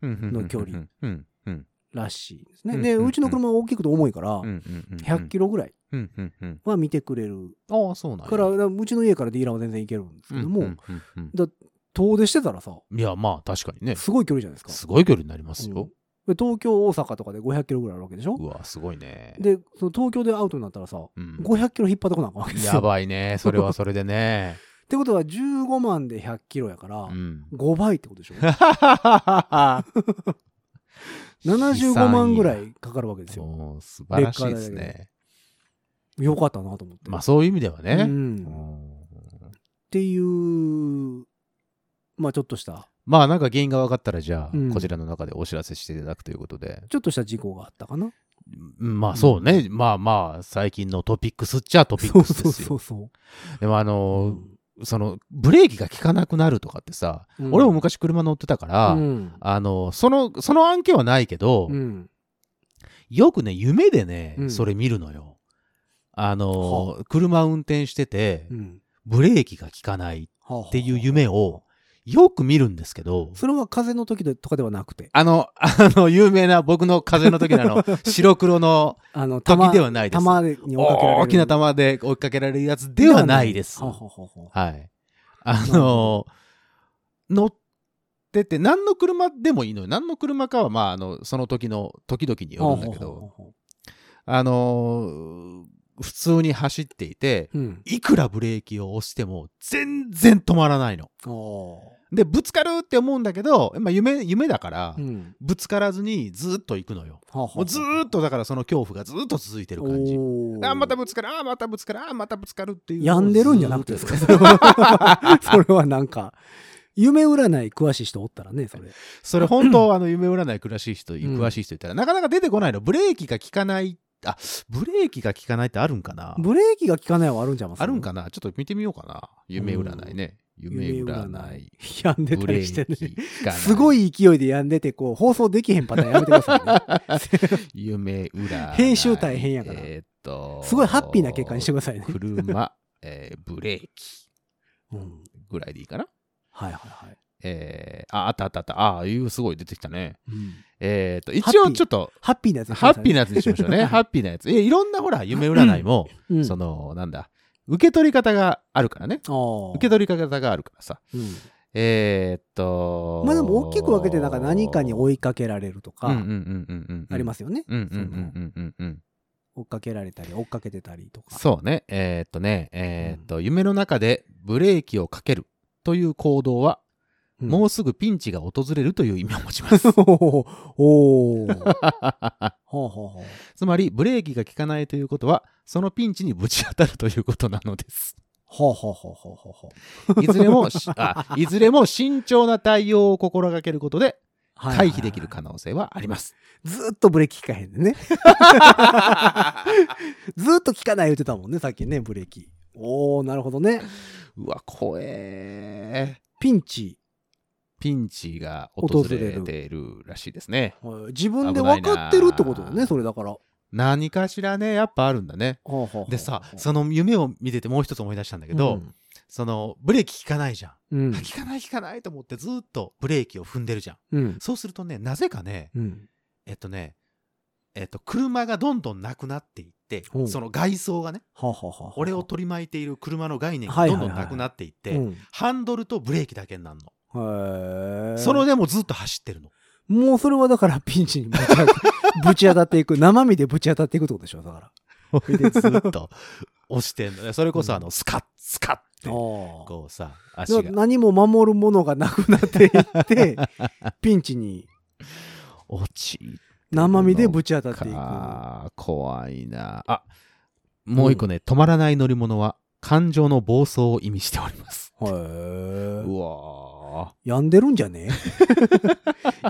Speaker 3: ー
Speaker 2: の距離。
Speaker 3: うんうん
Speaker 2: らしいですね。
Speaker 3: うん
Speaker 2: で、
Speaker 3: うん
Speaker 2: うちの車は大きくて重いから
Speaker 3: うんう、んうんうん。
Speaker 2: 100キロぐらい
Speaker 3: うんうんうん。
Speaker 2: は見てくれる
Speaker 3: ああ、そうなんや
Speaker 2: から、だからうちの家からディーラーは全然行けるんですけども、
Speaker 3: うんうんうん
Speaker 2: 遠出してたらさ、
Speaker 3: うんいや、まあ確かにね。
Speaker 2: すごい距離じゃないですか。
Speaker 3: すごい距離になりますよ。
Speaker 2: うんで東京、大阪とかで500キロぐらいあるわけでしょ
Speaker 3: うわ、すごいね。
Speaker 2: で、その東京でアウトになったらさ、
Speaker 3: うん
Speaker 2: 500キロ引っ張ってこなあかんわけですよ。
Speaker 3: や
Speaker 2: っ
Speaker 3: ばいね。それはそれでね。
Speaker 2: てことは15万で100キロやから、
Speaker 3: うん。
Speaker 2: 5倍ってこと でしょ
Speaker 3: も
Speaker 2: 75万ぐらいかかるわけですよ。
Speaker 3: う素晴らしいですね。
Speaker 2: よかったなと思って。
Speaker 3: まあそういう意味では
Speaker 2: う、
Speaker 3: ね。うん
Speaker 2: っ
Speaker 3: ん
Speaker 2: ていう、まあちょっとした、
Speaker 3: まあなんか原因が分かったらじゃあ、
Speaker 2: うん
Speaker 3: こちらの中でお知らせしていただくということで。
Speaker 2: ちょっとした事故があったかな。
Speaker 3: うんまあそうね。まあまあ最近のトピックスっちゃトピッ
Speaker 2: そう
Speaker 3: クス
Speaker 2: そ
Speaker 3: で
Speaker 2: う
Speaker 3: す
Speaker 2: そ
Speaker 3: よ
Speaker 2: う。そ
Speaker 3: でもあ
Speaker 2: う。
Speaker 3: のー、そのブレーキが効かなくなるとかってさ、
Speaker 2: うん
Speaker 3: 俺も昔車乗ってたから
Speaker 2: う、ん
Speaker 3: あのー、その、その案件はないけど
Speaker 2: う、ん
Speaker 3: よくね、夢でね
Speaker 2: う、ん
Speaker 3: それ見るのよ。あのー、車運転してて
Speaker 2: う、ん
Speaker 3: ブレーキが効かないっ
Speaker 2: って
Speaker 3: いう夢を、よく見るんですけど、
Speaker 2: それは風の時でとかではなくて
Speaker 3: あの、あの、有名な僕の風の時の あの、白黒の
Speaker 2: あの
Speaker 3: 時
Speaker 2: 玉
Speaker 3: ではないです。
Speaker 2: 玉に追っかけられる
Speaker 3: 大きな玉で追いかけられるやつではないです。
Speaker 2: は
Speaker 3: は。
Speaker 2: はははい
Speaker 3: あの、乗ってて、何の車でもいいのよ。何の車かは、まあ、あの、その時の、時々によるんだけど、
Speaker 2: はははは
Speaker 3: あの、普通に走っていて、
Speaker 2: うん
Speaker 3: いくらブレーキを押しても全然止まらないの。
Speaker 2: あー
Speaker 3: で、ぶつかるって思うんだけど、まあ、夢、夢だから
Speaker 2: う、ん
Speaker 3: ぶつからずにずっと行くのよ。
Speaker 2: ははは
Speaker 3: もうずーっとだからその恐怖がずーっと続いてる感じ。
Speaker 2: おー
Speaker 3: あーまたぶつかる、あーまたぶつかる、あーまたぶつかるっていう。
Speaker 2: 病んでるんじゃなくてですかそれ
Speaker 3: ずーっと
Speaker 2: はそれはなんか夢占い詳しい人おったらねそれ
Speaker 3: それ本当、あの、夢占い詳しい人、詳しい人いたら、なかなか出てこないの。ブレーキが効かない、あ、ブレーキが効かないってあるんかな
Speaker 2: ブレーキが効かないはあるんじゃいます
Speaker 3: あるんかなちょっと見てみようかな。夢占いね。夢占い。
Speaker 2: 病んでた
Speaker 3: ブレ
Speaker 2: りして
Speaker 3: ー
Speaker 2: ね
Speaker 3: キ効かない。
Speaker 2: すごい勢いで病んでてこう放送できへんパターンやめてくださいね
Speaker 3: 夢占い。
Speaker 2: 編集大変やから
Speaker 3: えーっと。
Speaker 2: すごいハッピーな結果にしてくださいね
Speaker 3: 車、えーブレーキ
Speaker 2: うん
Speaker 3: ぐらいでいいかな
Speaker 2: はいはいはい
Speaker 3: えー、あ、あったあったあった。ああ、いうすごい出てきたね。
Speaker 2: うん
Speaker 3: えっ、と、
Speaker 2: ハッ
Speaker 3: 一
Speaker 2: ピー
Speaker 3: 応ちょっと、
Speaker 2: ハッピーなやつにしてく
Speaker 3: ハ
Speaker 2: ださ
Speaker 3: ッ
Speaker 2: い
Speaker 3: ピー
Speaker 2: ね
Speaker 3: なやつにしましょう ね。ハッピーなやつ。え、いろんなほら、夢占いも、
Speaker 2: うん
Speaker 3: その、なんだ、受け取り方があるからね。
Speaker 2: ああ
Speaker 3: 受け取り方があるからさ。
Speaker 2: うん
Speaker 3: えっ、と、
Speaker 2: まあでも大きく分けてなんか何かに追いかけられると
Speaker 3: うんうん
Speaker 2: か
Speaker 3: うんうんうん。。
Speaker 2: ありますすよね。
Speaker 3: うんうんうんうんうんうん。
Speaker 2: 追っかけられたり追っかけてたりとか。
Speaker 3: そうね。えっ、とね、えっ、と、夢の中でブレーキをかけるという行動は、
Speaker 2: うん
Speaker 3: もうすぐピンチが訪れるという意味を持 ちます。
Speaker 2: お お。はあはあは
Speaker 3: つまり、ブレーキが効かないということは、そのピンチにぶち当たるということなのです。
Speaker 2: あ。はあはあはあはあはい
Speaker 3: ずれもし、あ、いずれも慎重な対応を心がけることで、
Speaker 2: あはあ。
Speaker 3: 回避できる可能性は あります。
Speaker 2: ずーっとブレーキ効かへんでね。ずーっと効かない言ってたもんね、さっきね、ブレーキ。おおなるほどね。
Speaker 3: うわ、怖えー。
Speaker 2: ピンチ。
Speaker 3: ピンチが訪れ
Speaker 2: 訪
Speaker 3: ているらしいですね。
Speaker 2: はい自分で分かってるってことだよ
Speaker 3: 危ないな
Speaker 2: ね、それだから。は
Speaker 3: 何かしらね、やっぱあるんだね。
Speaker 2: あはあはあ
Speaker 3: でさ、その夢を見ててもう一つ思い出したんだけど、、その、ブレーキ効かないじゃん。
Speaker 2: うん。うん
Speaker 3: あ効かない効かないと思ってずっとブレーキを踏んでるじゃん。
Speaker 2: うん。
Speaker 3: そうするとね、なぜかね、
Speaker 2: うん。
Speaker 3: えっとね、えっと、車がどんどんなくなっていって
Speaker 2: ほ、う
Speaker 3: その外装がね、
Speaker 2: はあはあはあはあ。
Speaker 3: 俺を取り巻いている車の概念
Speaker 2: は
Speaker 3: が
Speaker 2: い
Speaker 3: ど
Speaker 2: は
Speaker 3: ん
Speaker 2: いはい
Speaker 3: どんなくなっていって、
Speaker 2: うん
Speaker 3: ハンドルとブレーキだけになるの。
Speaker 2: へえ。
Speaker 3: そのでもずっと走って るの。
Speaker 2: もうそれはだからピンチにぶち 当たぶち当たっていく。生身でぶち当たっていくってことでしょ、だから。
Speaker 3: でずっと押してんのね。それこそあの、スカッ、スカッって、
Speaker 2: あ
Speaker 3: こうさ、
Speaker 2: あ。
Speaker 3: 足
Speaker 2: でも
Speaker 3: が
Speaker 2: 何も守るものがなくなってい って、ピンチに
Speaker 3: 落ちて
Speaker 2: 生身でぶち当たっていく。は
Speaker 3: か、怖いな。あ、もう一個ね、止まらない乗り物は、感情の暴走を意味しております。
Speaker 2: え。
Speaker 3: うわー。
Speaker 2: 病んでるんじゃね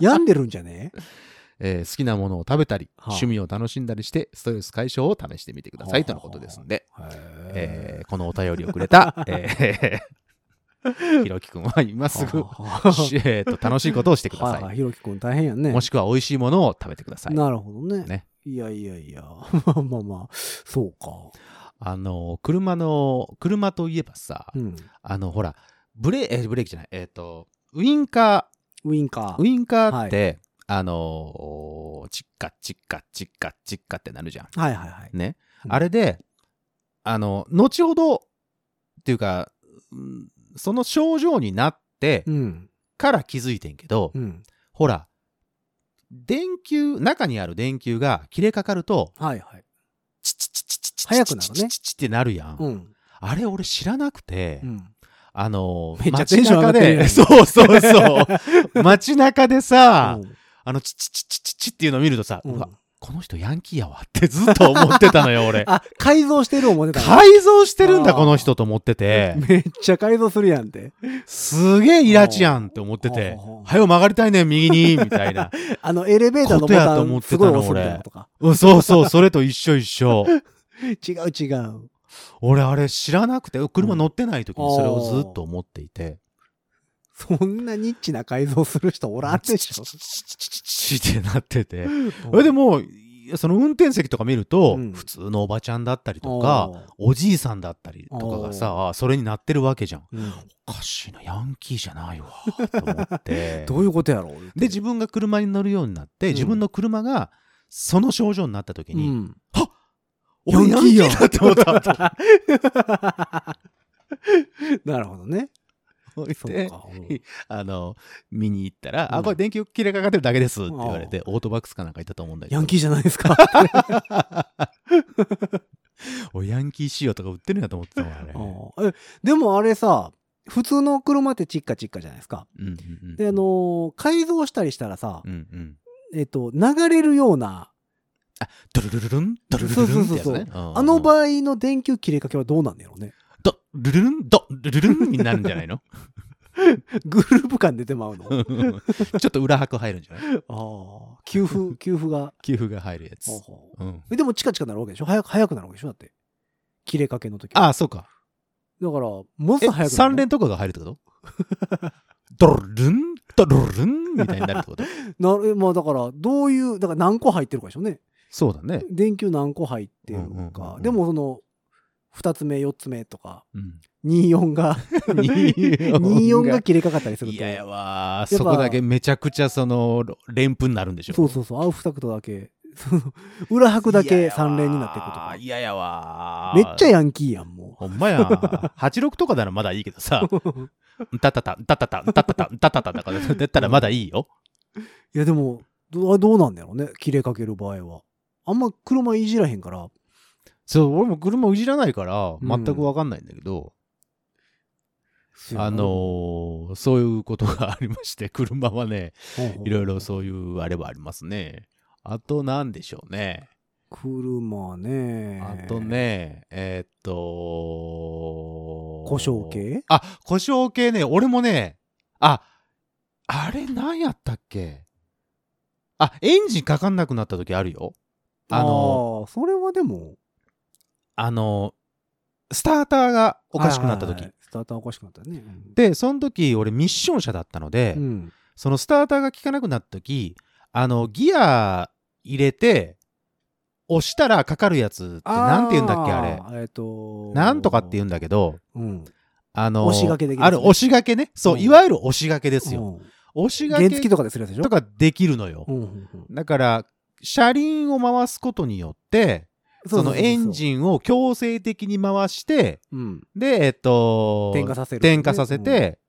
Speaker 2: 病んでるんじゃね
Speaker 3: えー好きなものを食べたり、
Speaker 2: はあ
Speaker 3: 趣味を楽しんだりして、ストレス解消を試してみてください
Speaker 2: はあ
Speaker 3: とのことですんで、え
Speaker 2: へ
Speaker 3: ーこのお便りをく れた、えー ひろきくんは今すぐ、しえーと楽しいことをしてくだ
Speaker 2: はい
Speaker 3: さ。
Speaker 2: はいいひろきくん大変やね
Speaker 3: もしくは美味しいものを食べてください。
Speaker 2: なるほどね
Speaker 3: ね
Speaker 2: いやいやいや まあまあまあそうか
Speaker 3: あの、車の、車といえばさ、
Speaker 2: うん
Speaker 3: あの、ほら、ブレ、えーブレーキじゃない、えっ、と、ウインカ
Speaker 2: ウインカ
Speaker 3: ー、ウ
Speaker 2: ー
Speaker 3: インカーって、あのーチッカチッカチッカチッカってなるじゃん。
Speaker 2: はいはいはい
Speaker 3: ね。
Speaker 2: うん
Speaker 3: あれで、あの、後ほど、っていうか、うんその症状になって
Speaker 2: うん
Speaker 3: から気づいてんけど、
Speaker 2: うん
Speaker 3: ほら、電球、中にある電球が切れかかると、
Speaker 2: はいはい
Speaker 3: チッチッチッチッチッチッ
Speaker 2: 早くなるね
Speaker 3: チッチッチッってなるやん。
Speaker 2: うん
Speaker 3: あれ俺知らなくて、
Speaker 2: うん
Speaker 3: あの、
Speaker 2: めっちゃテ
Speaker 3: 街
Speaker 2: ンション上が
Speaker 3: 中
Speaker 2: ってるや
Speaker 3: で、
Speaker 2: ん
Speaker 3: そうそ うそう、街中でさ
Speaker 2: う、ん
Speaker 3: あの、チッチッチッチッチッチッっていうのを見るとさ、う
Speaker 2: うん
Speaker 3: わ、この人ヤンキーやわってずっと思ってたのよ、俺。
Speaker 2: あ改造してる思ってた
Speaker 3: 改造してるんだ、
Speaker 2: あー
Speaker 3: この人と思って て、
Speaker 2: めっちゃ改造するやんって
Speaker 3: すげえイラチやんって思ってて
Speaker 2: ほうほうほ、う
Speaker 3: はよ曲がりたいねん、右に、みた いな。
Speaker 2: あのエレベーターのボ
Speaker 3: ことや
Speaker 2: タ
Speaker 3: と思っ
Speaker 2: ン
Speaker 3: て
Speaker 2: す
Speaker 3: た
Speaker 2: ごい
Speaker 3: の
Speaker 2: 押すみたいなことか
Speaker 3: うんそうそう、それと一緒一緒。
Speaker 2: 違う違う
Speaker 3: 俺、あれ知らなくて、車乗ってない時にそれをずっと思っていて、
Speaker 2: そんなニッチな改造する人おらんでし ょ
Speaker 3: チッチッチッチッチッチッってなってて。そ
Speaker 2: そ
Speaker 3: れでもうその運転席とか見ると、
Speaker 2: うん
Speaker 3: 普通のおばちゃんだったりとかおじいさんだったりとかがさそれになってるわけじゃんおかしいなヤンキーじゃないわと思って
Speaker 2: どういうことやろう
Speaker 3: で自分が車に乗るようになって、
Speaker 2: うん
Speaker 3: 自分の車がその症状になった時
Speaker 2: う
Speaker 3: に、
Speaker 2: ん
Speaker 3: 俺ヤンキー
Speaker 2: や
Speaker 3: だって思ったと
Speaker 2: なるほどね。
Speaker 3: 思っ
Speaker 2: そう
Speaker 3: て
Speaker 2: か。
Speaker 3: あの見に行ったら「
Speaker 2: う
Speaker 3: あ
Speaker 2: ん
Speaker 3: これ電球切れかかってるだけです」って言われてオートバックスかなんか行ったと思うんだけど
Speaker 2: ヤンキーじゃないです か。
Speaker 3: おヤンキー仕様とか売ってるんやと思ってたもんあれ。
Speaker 2: うんえでもあれさ、普通の車ってチッカチッカじゃないですか。
Speaker 3: うんうんうん
Speaker 2: で、あのー改造したりしたらさ
Speaker 3: う、んうん
Speaker 2: えっと、流れるような、
Speaker 3: ドゥルルルルン、ドゥルルルルンってやつ
Speaker 2: そうそうそうそう
Speaker 3: ね。あ
Speaker 2: あの場合の電球切れかけはどうなんだろうね。
Speaker 3: ドルルルン、ドルルルンになるんじゃないの
Speaker 2: グループ感出てまうの。
Speaker 3: うんちょっと裏拍入るんじゃない
Speaker 2: ああ、給付、給付が。
Speaker 3: 給付が入るやつ
Speaker 2: ほう。ほ
Speaker 3: うん、
Speaker 2: うでもチカチカなるわけでしょ早く、早くなるわけでしょだって。切れかけの時は
Speaker 3: ああ、そうか。
Speaker 2: だから、もっ
Speaker 3: え
Speaker 2: と早くな
Speaker 3: 三
Speaker 2: る
Speaker 3: 連とかが入るってことドルルン、ドルルンみたいになるってこと
Speaker 2: なるまあだから、どういう、だから何個入ってるかでしょうね。
Speaker 3: そうだね。
Speaker 2: 電球何個入ってるの
Speaker 3: うんうんうんう
Speaker 2: か
Speaker 3: ん。
Speaker 2: でもその、2つ目、4つ目とか、
Speaker 3: うん、
Speaker 2: 24が、24が切れかかったりする
Speaker 3: い
Speaker 2: と。
Speaker 3: ややわー
Speaker 2: やっぱ
Speaker 3: そこだけめちゃくちゃその連符になるんでしょ
Speaker 2: そうそうそう、アウフタクトだけ、 その裏拍だ
Speaker 3: 嫌
Speaker 2: け
Speaker 3: やわー
Speaker 2: 3連になっていくとか。
Speaker 3: 嫌やわ
Speaker 2: めっちゃ
Speaker 3: や
Speaker 2: ヤンキーやん、も
Speaker 3: ほんまや86とかならまだいいけどさ
Speaker 2: う。
Speaker 3: タタタ、タタタ、タタタ、タタタだから、だったらまだいいよ。
Speaker 2: いや、でも、どうどうなんだろうね、切れかける場合は。あんま車いじらへんから、
Speaker 3: そう、俺も車いじらないから、
Speaker 2: うん
Speaker 3: 全くわかんないんだけど、あのーそういうことがありまして、車はね、いろいろそういうあれはありますね。あと、なんでしょうね。
Speaker 2: 車ね。
Speaker 3: あと。ね、えーっと、
Speaker 2: 故障系
Speaker 3: あ、故障系ね、俺もね、あ、あれ何やったっけあ、エンジンかかんなくなった時あるよ。あの、
Speaker 2: あーそれはでも、
Speaker 3: あの、スターターがおかしくなった
Speaker 2: はいは
Speaker 3: 時。
Speaker 2: いはいスターターおかしくなったね。うん
Speaker 3: で、その時俺ミッション車だったので、
Speaker 2: うん
Speaker 3: そのスターターが効かなくなった時、あの、ギア入れて、押したらかかるやつってなんて言うんだっけあれ。
Speaker 2: れ。えっ、と
Speaker 3: なんとかって言う
Speaker 2: うん
Speaker 3: だけど、
Speaker 2: うん。
Speaker 3: あの、
Speaker 2: 押し掛けできる
Speaker 3: あ
Speaker 2: やつね
Speaker 3: る押し掛けね。そう、
Speaker 2: うん
Speaker 3: いわゆる押し掛けですよ。
Speaker 2: うん
Speaker 3: 押し
Speaker 2: 原
Speaker 3: 掛
Speaker 2: 付
Speaker 3: け
Speaker 2: とかでするやつでしょ
Speaker 3: とかできるのよ。
Speaker 2: うんうんうん
Speaker 3: だから、車輪を回すことによって、そのエン
Speaker 2: ン、
Speaker 3: ジンを強制的に回して、
Speaker 2: うん、
Speaker 3: で、えっと、
Speaker 2: 点火させる、
Speaker 3: 点火させて、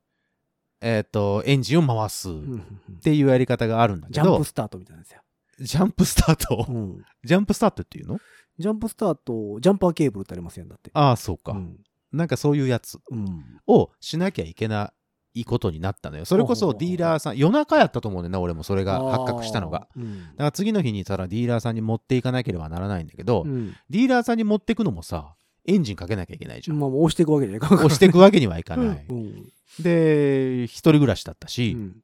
Speaker 3: えっと、エンジンを回すっ
Speaker 2: うん、うんうんうん
Speaker 3: ていうやり方があるんだけ
Speaker 2: ジャン
Speaker 3: ど
Speaker 2: プ、スタートみたいなんですよ、
Speaker 3: ジャンプスター
Speaker 2: う
Speaker 3: ト
Speaker 2: ん。
Speaker 3: ジャンプスタートっていうの
Speaker 2: ジャンプスタート、ジャンパーケーブルってありますやんだって。
Speaker 3: ああ、そう
Speaker 2: う
Speaker 3: か。
Speaker 2: ん
Speaker 3: なんかそういうやつ
Speaker 2: うん
Speaker 3: をしなきゃいけないことになったのよ。それこそディーラーさん、夜中やったと思うねんな、俺もそれが発覚したのが。。
Speaker 2: あーうん
Speaker 3: だから次の日にただディーラーさんに持っていかなければならないんだけど、
Speaker 2: うん
Speaker 3: ディーラーさんに持ってくのもさ、エンジンかけなきゃいけないじゃん。
Speaker 2: まあ、押していくわけじゃいかんから
Speaker 3: 押していくわけにはいかない
Speaker 2: うん。
Speaker 3: で、一人暮らしだったし、
Speaker 2: うん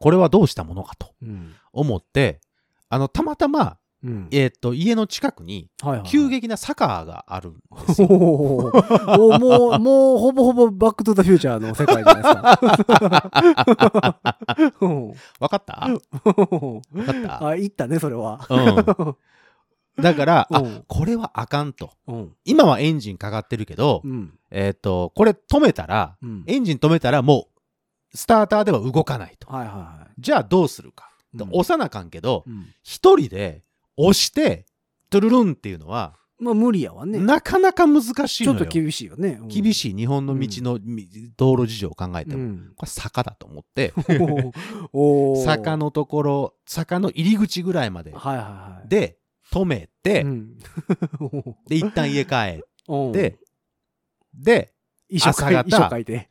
Speaker 3: これはどうしたものかと
Speaker 2: うん。
Speaker 3: 思って、あの、たまたま、
Speaker 2: うん。
Speaker 3: えーっと、家の近くに、
Speaker 2: はいはい。
Speaker 3: 急激な坂があるんです
Speaker 2: お
Speaker 3: よ。
Speaker 2: おーおーもう、もう、ほぼほぼ、バックトゥザフューチャーの世界じゃ ないですか。うん
Speaker 3: わかったわかった
Speaker 2: あ、言ったね、それは。
Speaker 3: うん。だから、
Speaker 2: う
Speaker 3: あ、
Speaker 2: ん
Speaker 3: これはあかんと。
Speaker 2: うん。
Speaker 3: 今はエンジンかかってるけど
Speaker 2: う、ん。
Speaker 3: えーっと、これ止めたら、
Speaker 2: うん。
Speaker 3: エンジン止めたらもう、スターターでは動かないと。
Speaker 2: はいはいは
Speaker 3: じゃあどうするか。
Speaker 2: い。
Speaker 3: 押さなあかんけど
Speaker 2: う、ん
Speaker 3: 一人で押して、トゥルルンっていうのは、
Speaker 2: まあ、無理やわね。
Speaker 3: なかなか難しい
Speaker 2: ち
Speaker 3: の
Speaker 2: ょ
Speaker 3: よ。
Speaker 2: っと厳しいよね。うん
Speaker 3: 厳しい日本の道の、み道路事情を考えて
Speaker 2: う
Speaker 3: も、
Speaker 2: ん。
Speaker 3: これ坂だと思って、
Speaker 2: おー
Speaker 3: 坂。のところ、坂の入り口ぐらいまで、
Speaker 2: はいはいはい。
Speaker 3: で、止めて、
Speaker 2: うん、
Speaker 3: で、一旦家帰っ
Speaker 2: おー、
Speaker 3: て、で、
Speaker 2: 遺書書い
Speaker 3: 朝方
Speaker 2: 遺書書いて。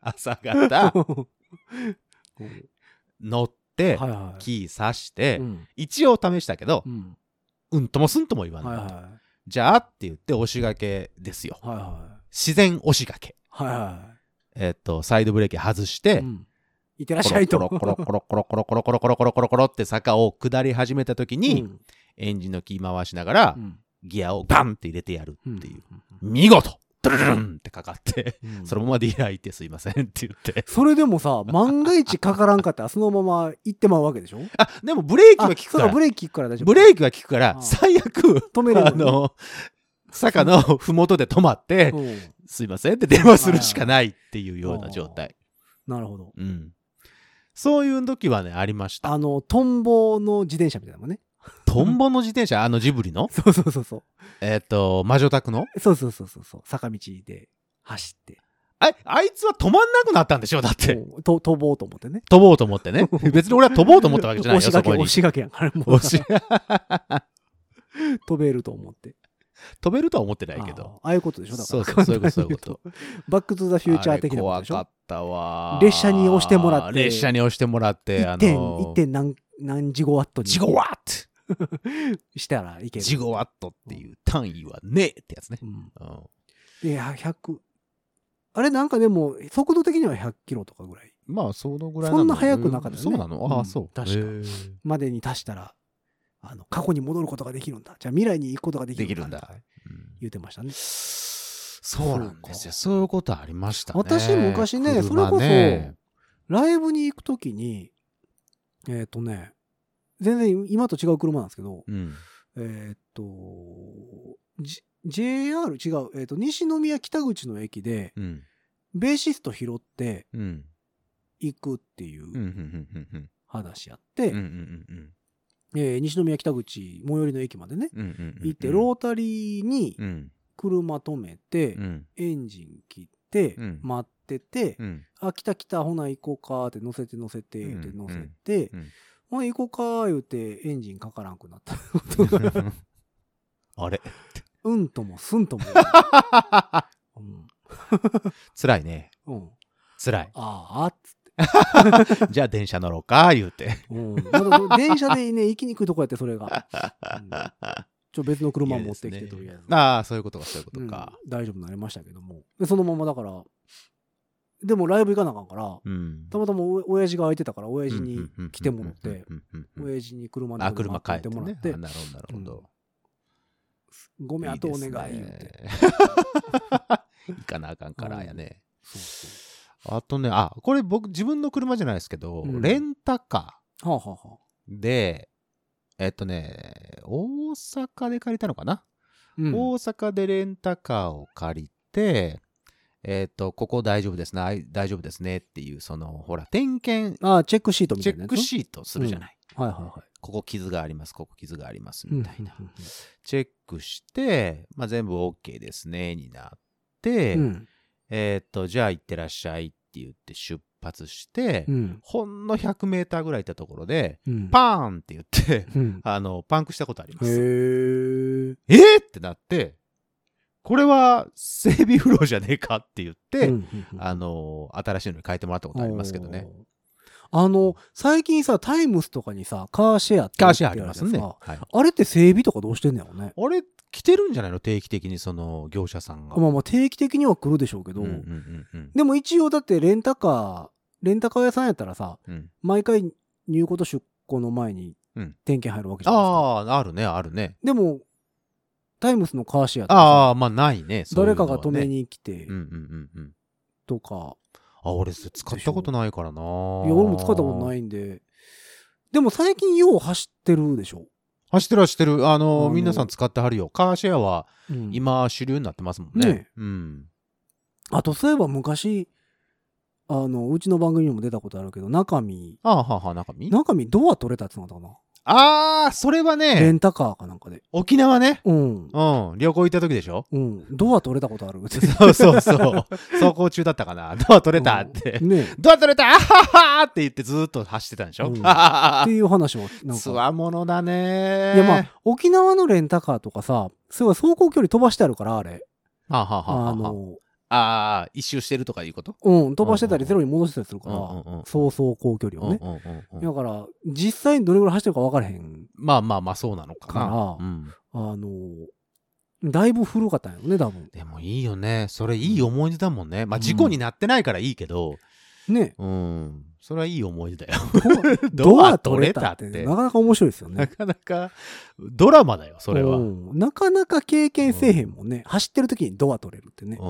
Speaker 3: 朝方
Speaker 2: うん
Speaker 3: 乗って、
Speaker 2: はいはい。
Speaker 3: キー刺して、
Speaker 2: うん
Speaker 3: 一応試したけど
Speaker 2: う、ん
Speaker 3: うんともすんとも言わ
Speaker 2: はい
Speaker 3: な。
Speaker 2: はいい。
Speaker 3: じゃあって言って押し掛けですよ。
Speaker 2: はいは
Speaker 3: 自然押し掛
Speaker 2: い。
Speaker 3: け。
Speaker 2: はいは
Speaker 3: えっと、サイドブレーキ外し
Speaker 2: い。
Speaker 3: て
Speaker 2: う、んいってらっし
Speaker 3: コ
Speaker 2: ゃいと。
Speaker 3: ロコロコロコロコロコロコロコロコロコロコロって坂を下り始めた時
Speaker 2: う
Speaker 3: に、
Speaker 2: ん
Speaker 3: エンジンのキー回しながら
Speaker 2: う、ん
Speaker 3: ギアをガンって入れてやる
Speaker 2: うん
Speaker 3: っていう。見事ドゥルルンってかかって、
Speaker 2: うん
Speaker 3: そのままディーラー行ってすいませんって言って。
Speaker 2: それでもさ、万が一かからんかったら、そのまま行ってまうわけ でしょ
Speaker 3: あ、でもブレーキは
Speaker 2: あ
Speaker 3: 効、く
Speaker 2: そ
Speaker 3: か
Speaker 2: う
Speaker 3: ら
Speaker 2: か、ブ、レーキ効くから大丈夫。
Speaker 3: ブレーキは効くから
Speaker 2: あ、
Speaker 3: 最悪、
Speaker 2: 止める
Speaker 3: あの、坂のふもとで止まって、
Speaker 2: うん
Speaker 3: すいませんって電話するしかないっていうような状態。
Speaker 2: なるほど。
Speaker 3: うん。そういう時はね、ありました。
Speaker 2: あの、トンボの自転車みたいなもんね。
Speaker 3: トンボの自転車、あのジブリの、
Speaker 2: そうそうそうそう。
Speaker 3: えっ、と、魔女宅の
Speaker 2: そうそうそうそうそう。坂道で走って。
Speaker 3: ああいつは止まんなくなったんでしょだって。
Speaker 2: もうと飛ぼうと思ってね。
Speaker 3: 飛ぼうと思ってね。別に俺は飛ぼうと思ったわけじゃ
Speaker 2: 押
Speaker 3: ない
Speaker 2: し
Speaker 3: よ、そ
Speaker 2: 掛け、
Speaker 3: こに
Speaker 2: 押。し掛けやから、もう
Speaker 3: 押し
Speaker 2: 飛べると思って。
Speaker 3: 飛べるとは思ってないけど。
Speaker 2: あああいうことでしょだから。
Speaker 3: そうそうそういうことそういうこ
Speaker 2: 簡単に
Speaker 3: と。
Speaker 2: 言う とバックトゥザフューチャー的なこと
Speaker 3: あれ
Speaker 2: でし
Speaker 3: 怖
Speaker 2: ょ
Speaker 3: かったわ。
Speaker 2: 列車に押してもらって
Speaker 3: 列車に押してもらって、
Speaker 2: 一点、一点何、何ジゴワットに。
Speaker 3: ジゴワット
Speaker 2: したらいける。
Speaker 3: ジゴワットっていう単位はねえってやつね
Speaker 2: う。ん。
Speaker 3: うん
Speaker 2: いや、100。あれなんかでも、速度的には100キロとかぐらい
Speaker 3: まあ、そのぐ
Speaker 2: らいなのそんな速くなかったよね
Speaker 3: そうなのあ
Speaker 2: うん
Speaker 3: あ、そう。
Speaker 2: 確か
Speaker 3: へえ
Speaker 2: までに達したら、あの、過去に戻ることができるんだ。じゃあ未来に行くことができる
Speaker 3: で
Speaker 2: んだ。
Speaker 3: きるんだ。
Speaker 2: 言ってましたね。
Speaker 3: そうなんで
Speaker 2: そう
Speaker 3: す
Speaker 2: か
Speaker 3: よ。そういうことありましたね。
Speaker 2: 私昔ねそれこそ
Speaker 3: 車ね
Speaker 2: ライブに行くときに、えっ、とね、全然今と違う車なんですけど、
Speaker 3: うん。
Speaker 2: えっ、と、J- JR 違う、えっ、と、西宮北口の駅で、
Speaker 3: うん。
Speaker 2: ベーシスト拾って
Speaker 3: うん。
Speaker 2: 行くってい
Speaker 3: うん。うん。うん。
Speaker 2: う
Speaker 3: うん。
Speaker 2: 話やって、
Speaker 3: うん。うん。
Speaker 2: えー西宮北口最寄りの駅までね、
Speaker 3: うん。うん。
Speaker 2: 行って、ロータリーに
Speaker 3: うん。
Speaker 2: 車止めて、
Speaker 3: うん。
Speaker 2: エンジン切って、
Speaker 3: うん
Speaker 2: 待ってて、
Speaker 3: うん。
Speaker 2: あ、来た来た、ほな行こうかって乗せて乗せて、
Speaker 3: うん
Speaker 2: って乗せて
Speaker 3: うんうん、
Speaker 2: ほな行こうか言うてエンジンかからんくなったことが、
Speaker 3: あれ
Speaker 2: うんともすんとも。 うん。
Speaker 3: 辛いね。
Speaker 2: うん。
Speaker 3: 辛い。
Speaker 2: ああ、つって
Speaker 3: じゃあ電車乗ろうか、言うて。
Speaker 2: うん。まだ電車でね、行きにくいとこやって、それが。うんちょ、別の車持ってき
Speaker 3: い
Speaker 2: て、
Speaker 3: いです
Speaker 2: と
Speaker 3: ね
Speaker 2: りあえず。
Speaker 3: ああ、そういうことか、そういうこ
Speaker 2: う
Speaker 3: と
Speaker 2: ん
Speaker 3: か。
Speaker 2: 大丈夫になりましたけども。でそのままだから、でもライブ行かなあかんから、
Speaker 3: うん
Speaker 2: た。またまお親父が空いてたから、親父に来てもらって、
Speaker 3: うん。うんうんうん
Speaker 2: 親父に車
Speaker 3: あ、
Speaker 2: の
Speaker 3: 車帰
Speaker 2: 買
Speaker 3: っ
Speaker 2: っててもら
Speaker 3: ね
Speaker 2: っ。
Speaker 3: あ
Speaker 2: て、
Speaker 3: なるほど、なるほど。
Speaker 2: ごめん、あとお願い
Speaker 3: い
Speaker 2: 言
Speaker 3: いうで
Speaker 2: て。
Speaker 3: すね行かなあかんからやね。
Speaker 2: そうそ
Speaker 3: あとね、あ、これ僕自分の車じゃないですけど、
Speaker 2: うん
Speaker 3: レンタカ
Speaker 2: うはあ、はあはあ
Speaker 3: ーで、えっとね、大阪で借りたのかな、
Speaker 2: うん
Speaker 3: 大阪でレンタカーを借りて、えっと、ここ大丈夫ですね、あい大丈夫ですねっていう、その、ほら、点検、
Speaker 2: ああ、チェックシートみ
Speaker 3: チ
Speaker 2: たい
Speaker 3: ェ
Speaker 2: な
Speaker 3: ッ
Speaker 2: やつ
Speaker 3: クシートするじゃない。
Speaker 2: はいはいは
Speaker 3: ここ傷があります、ここ傷があります、
Speaker 2: い。
Speaker 3: みたいな。チェックして、まあ、全部 OK ですね、になって、
Speaker 2: うん。
Speaker 3: えーっと、じゃあ行ってらっしゃいって言って出発して、
Speaker 2: うん。
Speaker 3: ほんの100メーターぐらい行ったところで、
Speaker 2: うん。
Speaker 3: パーンって言って、
Speaker 2: うん
Speaker 3: あの、パンクしたことありま
Speaker 2: へえ。
Speaker 3: す。えー、ってなって、これは整備不良じゃねえかって言って、あの、新しいのに変えてもらったことありますけどね。
Speaker 2: おー。あの、最近さ、タイムスとかにさ、カーシェアって
Speaker 3: カーシェアありますね。
Speaker 2: やつさ
Speaker 3: はい、
Speaker 2: あれって整備とかどうしてんだよね。
Speaker 3: あれ、来てるんじゃないの定期的にその業者さんが。
Speaker 2: まあまあ定期的には来るでしょうけど、
Speaker 3: うんうんうんうん
Speaker 2: でも一応だってレンタカレンタカー屋さんやったらさ、
Speaker 3: うん
Speaker 2: 毎回入庫と出庫の前に
Speaker 3: うん
Speaker 2: 点検入るわけじゃないですか。
Speaker 3: ああ、あるね、あるね。
Speaker 2: でも、タイムスのカーシェアってさ
Speaker 3: ああ、まあないね。そういう
Speaker 2: 誰
Speaker 3: の
Speaker 2: か
Speaker 3: はね
Speaker 2: が止め。に来て
Speaker 3: うんうんうんうん。
Speaker 2: とか、
Speaker 3: あ、俺、それ使ったことないからな。い。
Speaker 2: いや、俺も使ったことないいんで、でも最近よう走ってるでしょ。
Speaker 3: 走ってる走ってる。あの
Speaker 2: あ
Speaker 3: ー、
Speaker 2: の
Speaker 3: 皆さん使ってはるよ。カーシェアは
Speaker 2: うん
Speaker 3: 今主流になってますもんね。
Speaker 2: ね
Speaker 3: うん。
Speaker 2: あとそういえば昔、あの、うちの番組にも出たことあるけど、中身、
Speaker 3: ああ、はあはあ、中身
Speaker 2: 中身ドア取れたってなったかな、
Speaker 3: ああ、それは
Speaker 2: レ
Speaker 3: ね、
Speaker 2: ンタカーかなんかで。
Speaker 3: 沖縄ね。
Speaker 2: うん。
Speaker 3: うん、旅行行った時でしょ
Speaker 2: うん。ドア取れたことある。
Speaker 3: そうそ うそう。走行中だったかな。ドア取れたって。
Speaker 2: ねえ。
Speaker 3: ドア取れたあははって言ってずーっと走ってたんでしょ、
Speaker 2: うん
Speaker 3: あはは
Speaker 2: っていう話を、なん
Speaker 3: つ
Speaker 2: か。
Speaker 3: わものだね
Speaker 2: いやまあ、沖縄のレンタカーとかさ、そういえば走行距離飛ばしてあるから、あれ。
Speaker 3: あ、はあはあはあ
Speaker 2: あ
Speaker 3: は
Speaker 2: の、
Speaker 3: ああー、一周してるとかいうこと
Speaker 2: うん、飛ばしてたり
Speaker 3: うん
Speaker 2: ゼロに戻してたりするか
Speaker 3: うんうんうん
Speaker 2: ら、そう走行距離をね。
Speaker 3: うんうんうんうん
Speaker 2: だから、実際にどれぐらい走ってるか分からへん。
Speaker 3: まあまあまあ、そうなのかな。
Speaker 2: かな
Speaker 3: うん
Speaker 2: あの、だいぶ古かったんやろね、多分。
Speaker 3: でもいいよね。それいい思い出だもんね。まあ、事故になってないからいいけど、
Speaker 2: ね
Speaker 3: うん、それはいい思い出だよ。
Speaker 2: ドア取れたっ
Speaker 3: ドア
Speaker 2: て、なかなか面白いですよ
Speaker 3: な
Speaker 2: ね。
Speaker 3: かなかドラマだ よ、それは。
Speaker 2: う
Speaker 3: うん
Speaker 2: なかなか経験せえへんもんね。走ってる時にドア取れるってね。
Speaker 3: ん。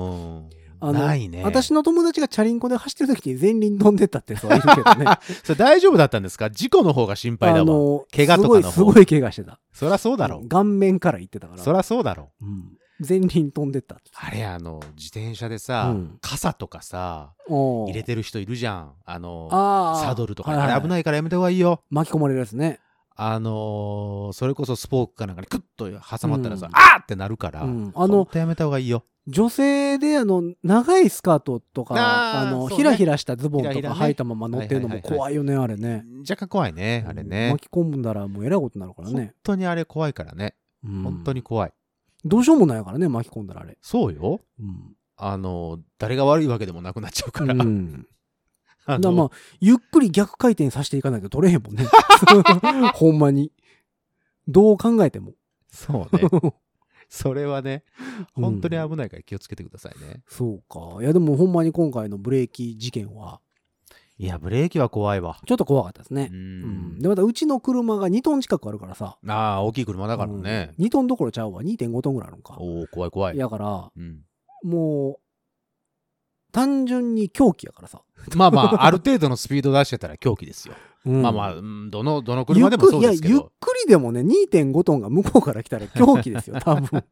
Speaker 2: あの
Speaker 3: ないね。
Speaker 2: 私の友達がチャリンコで走ってる時に前輪飛んでったって人はいるけ どね。
Speaker 3: それ大丈夫だったんですか事故の方が心配だわ。
Speaker 2: の
Speaker 3: 怪我とかの方
Speaker 2: すごい、すごい怪我してた。
Speaker 3: そりゃそうだろう。
Speaker 2: 顔面から言ってたから。
Speaker 3: そりゃそうだろう。
Speaker 2: うん前輪飛んでったって。
Speaker 3: あれ、あの、自転車でさ、
Speaker 2: うん
Speaker 3: 傘とかさ、
Speaker 2: 入
Speaker 3: 入れてる人いるじゃん。あの、
Speaker 2: あ
Speaker 3: サドルとか、あれ危
Speaker 2: い。
Speaker 3: ないからやめた方がいいよ。
Speaker 2: 巻き込まれるやつね。
Speaker 3: あのーそれこそスポークかなんかにクッと挟まったらさ、
Speaker 2: うん
Speaker 3: あーってなるから、
Speaker 2: うん
Speaker 3: あ
Speaker 2: あ
Speaker 3: の
Speaker 2: の、
Speaker 3: やめた方がいいよ。
Speaker 2: 女性であの長いスカートとか
Speaker 3: あ
Speaker 2: あ
Speaker 3: ー
Speaker 2: の、
Speaker 3: そうね
Speaker 2: ひらひらしたズボンと
Speaker 3: ひらひら
Speaker 2: か
Speaker 3: ね
Speaker 2: 履いたまま乗ってるの
Speaker 3: は
Speaker 2: も
Speaker 3: いはいはいはい
Speaker 2: 怖いよねあれね
Speaker 3: 若干怖いね、あれね。
Speaker 2: 巻き込んだらもうえらいことになるから
Speaker 3: 本
Speaker 2: ね、
Speaker 3: 当にあれ怖いからね。
Speaker 2: うん
Speaker 3: 本当に怖い。
Speaker 2: どうしようもないからね巻き込んだらあれ
Speaker 3: そうよ。
Speaker 2: うん、
Speaker 3: あの、誰が悪いわけでもなくなっちゃうから。
Speaker 2: うん、
Speaker 3: あ
Speaker 2: だから
Speaker 3: の
Speaker 2: まあゆっくり逆回転させていかないと取れへんもんね ほんまにどう考えても
Speaker 3: そ うね。それはね、本当に危ないから気をつけてくださいね。
Speaker 2: そうかいやでもほんまに今回のブレーキ事件はい
Speaker 3: や、ブレーキは怖いわ。
Speaker 2: ちょっと怖かったです
Speaker 3: う
Speaker 2: ね、うん
Speaker 3: ん
Speaker 2: で。またうちの車が2トン近くあるからさ
Speaker 3: ああ、大きい車だからね。
Speaker 2: うん2トンどころちゃうわ2.5トンぐらいあるんか
Speaker 3: おお怖い怖い。
Speaker 2: やから
Speaker 3: うん、
Speaker 2: もう単純に狂気やからさ、
Speaker 3: まあまあ、あ る程度のスピード出してたら狂気ですよ。
Speaker 2: うん
Speaker 3: まあまあ、うんどの、どの
Speaker 2: ゆっ
Speaker 3: 車でも
Speaker 2: く
Speaker 3: そ
Speaker 2: り
Speaker 3: う
Speaker 2: いや
Speaker 3: ですけ
Speaker 2: ゆっ
Speaker 3: ど。
Speaker 2: くりでもね2.5トンが向こうから来たら狂気ですよ多 分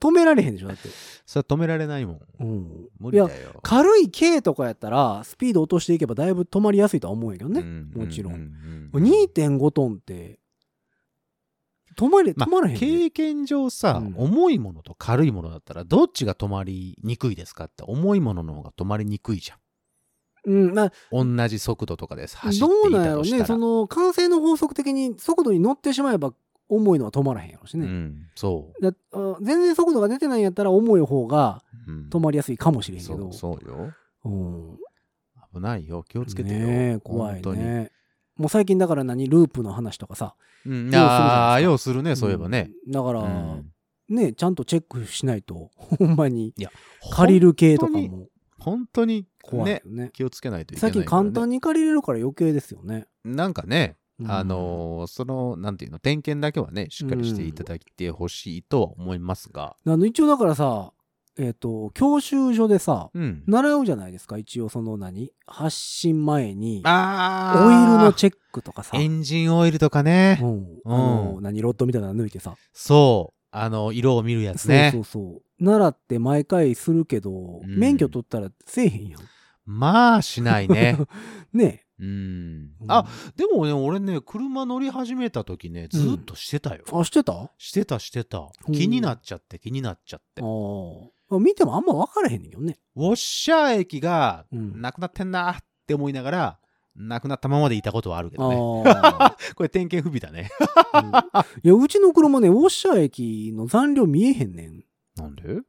Speaker 2: 止められへんでしょだって、
Speaker 3: それは止められないもん。
Speaker 2: うん、
Speaker 3: 無理
Speaker 2: いや
Speaker 3: だよ。
Speaker 2: 軽い軽とかやったらスピード落としていけばだいぶ止まりやすいとは思うんやけど
Speaker 3: う
Speaker 2: ね、
Speaker 3: ん
Speaker 2: もちろん
Speaker 3: うんうん
Speaker 2: 2.5トンって止まれ
Speaker 3: まあ
Speaker 2: 止まらへんで、
Speaker 3: 経験上さ、
Speaker 2: うん
Speaker 3: 重いものと軽いものだったら、どっちが止まりにくいですかって、重いものの方が止まりにくいじゃん。
Speaker 2: うんまあ
Speaker 3: 同じ速度とかで走って
Speaker 2: どう
Speaker 3: い
Speaker 2: なん
Speaker 3: た
Speaker 2: やろ
Speaker 3: と
Speaker 2: う
Speaker 3: した
Speaker 2: ね
Speaker 3: ら。
Speaker 2: その慣性の法則的に速度に乗ってしまえば重いのは止まらへんやろうしね、
Speaker 3: うん、そ
Speaker 2: だあ全然速度が出てないんやったら重い方が
Speaker 3: う。うん
Speaker 2: 止まりやすいかもしれへんけ
Speaker 3: そ
Speaker 2: ど
Speaker 3: う、そうよ。
Speaker 2: うん、
Speaker 3: 危ないよ。気をつけてよ。
Speaker 2: ねえ怖
Speaker 3: 本
Speaker 2: い
Speaker 3: 当に。
Speaker 2: ねもう最近だから何ループの話とかさ
Speaker 3: うん、
Speaker 2: 要するじゃ
Speaker 3: あ
Speaker 2: な
Speaker 3: あ、
Speaker 2: いですか
Speaker 3: 要するね、そういえばね。
Speaker 2: うんだから、
Speaker 3: うん
Speaker 2: ねちゃんとチェックしないと ほんまに借
Speaker 3: 借
Speaker 2: り
Speaker 3: りる
Speaker 2: る系とか
Speaker 3: 本当
Speaker 2: も
Speaker 3: 本当に
Speaker 2: 怖いよ
Speaker 3: ね、
Speaker 2: ね
Speaker 3: 気をつけないといけな
Speaker 2: 最
Speaker 3: いか
Speaker 2: 近
Speaker 3: らね。
Speaker 2: 簡単に借りれるから余計ですよね、
Speaker 3: なんかね、
Speaker 2: うん
Speaker 3: あのーその、なんていうの、点検だけはね、しっかりしていただいてほしいとは思いますが、
Speaker 2: あの一応だからさえっ、と教習所でさ
Speaker 3: うん。
Speaker 2: 習うじゃないですか一応その何発信前にオイル
Speaker 3: あ
Speaker 2: のチェックとかさ
Speaker 3: エンジンオイルとかね、
Speaker 2: うん、あの何ロッドみたいなの抜いてさ、
Speaker 3: そう、あの、色を見るやつね。
Speaker 2: そうそうそう習って毎回するけど、
Speaker 3: うん
Speaker 2: 免許取ったらせえへんやん
Speaker 3: まあ、しな いね。
Speaker 2: ね
Speaker 3: うん
Speaker 2: え。
Speaker 3: あ、でもね、俺ね、車乗り始めた時ね、ずっとしてたよ。
Speaker 2: あしてたあ
Speaker 3: してた、してた。
Speaker 2: ん
Speaker 3: 気になっちゃって、気になっちゃって。ウ
Speaker 2: あ見てもあんま分からへんねんけどね
Speaker 3: ォッシャー液が、
Speaker 2: うん
Speaker 3: なくなってんなって思いながら、なくなったままでいたことはあるけ
Speaker 2: あ
Speaker 3: どね。
Speaker 2: あ、
Speaker 3: これ点検 不備だね。
Speaker 2: うんいやうちの車ねウォッシャー液の残量見えへんねん
Speaker 3: なんで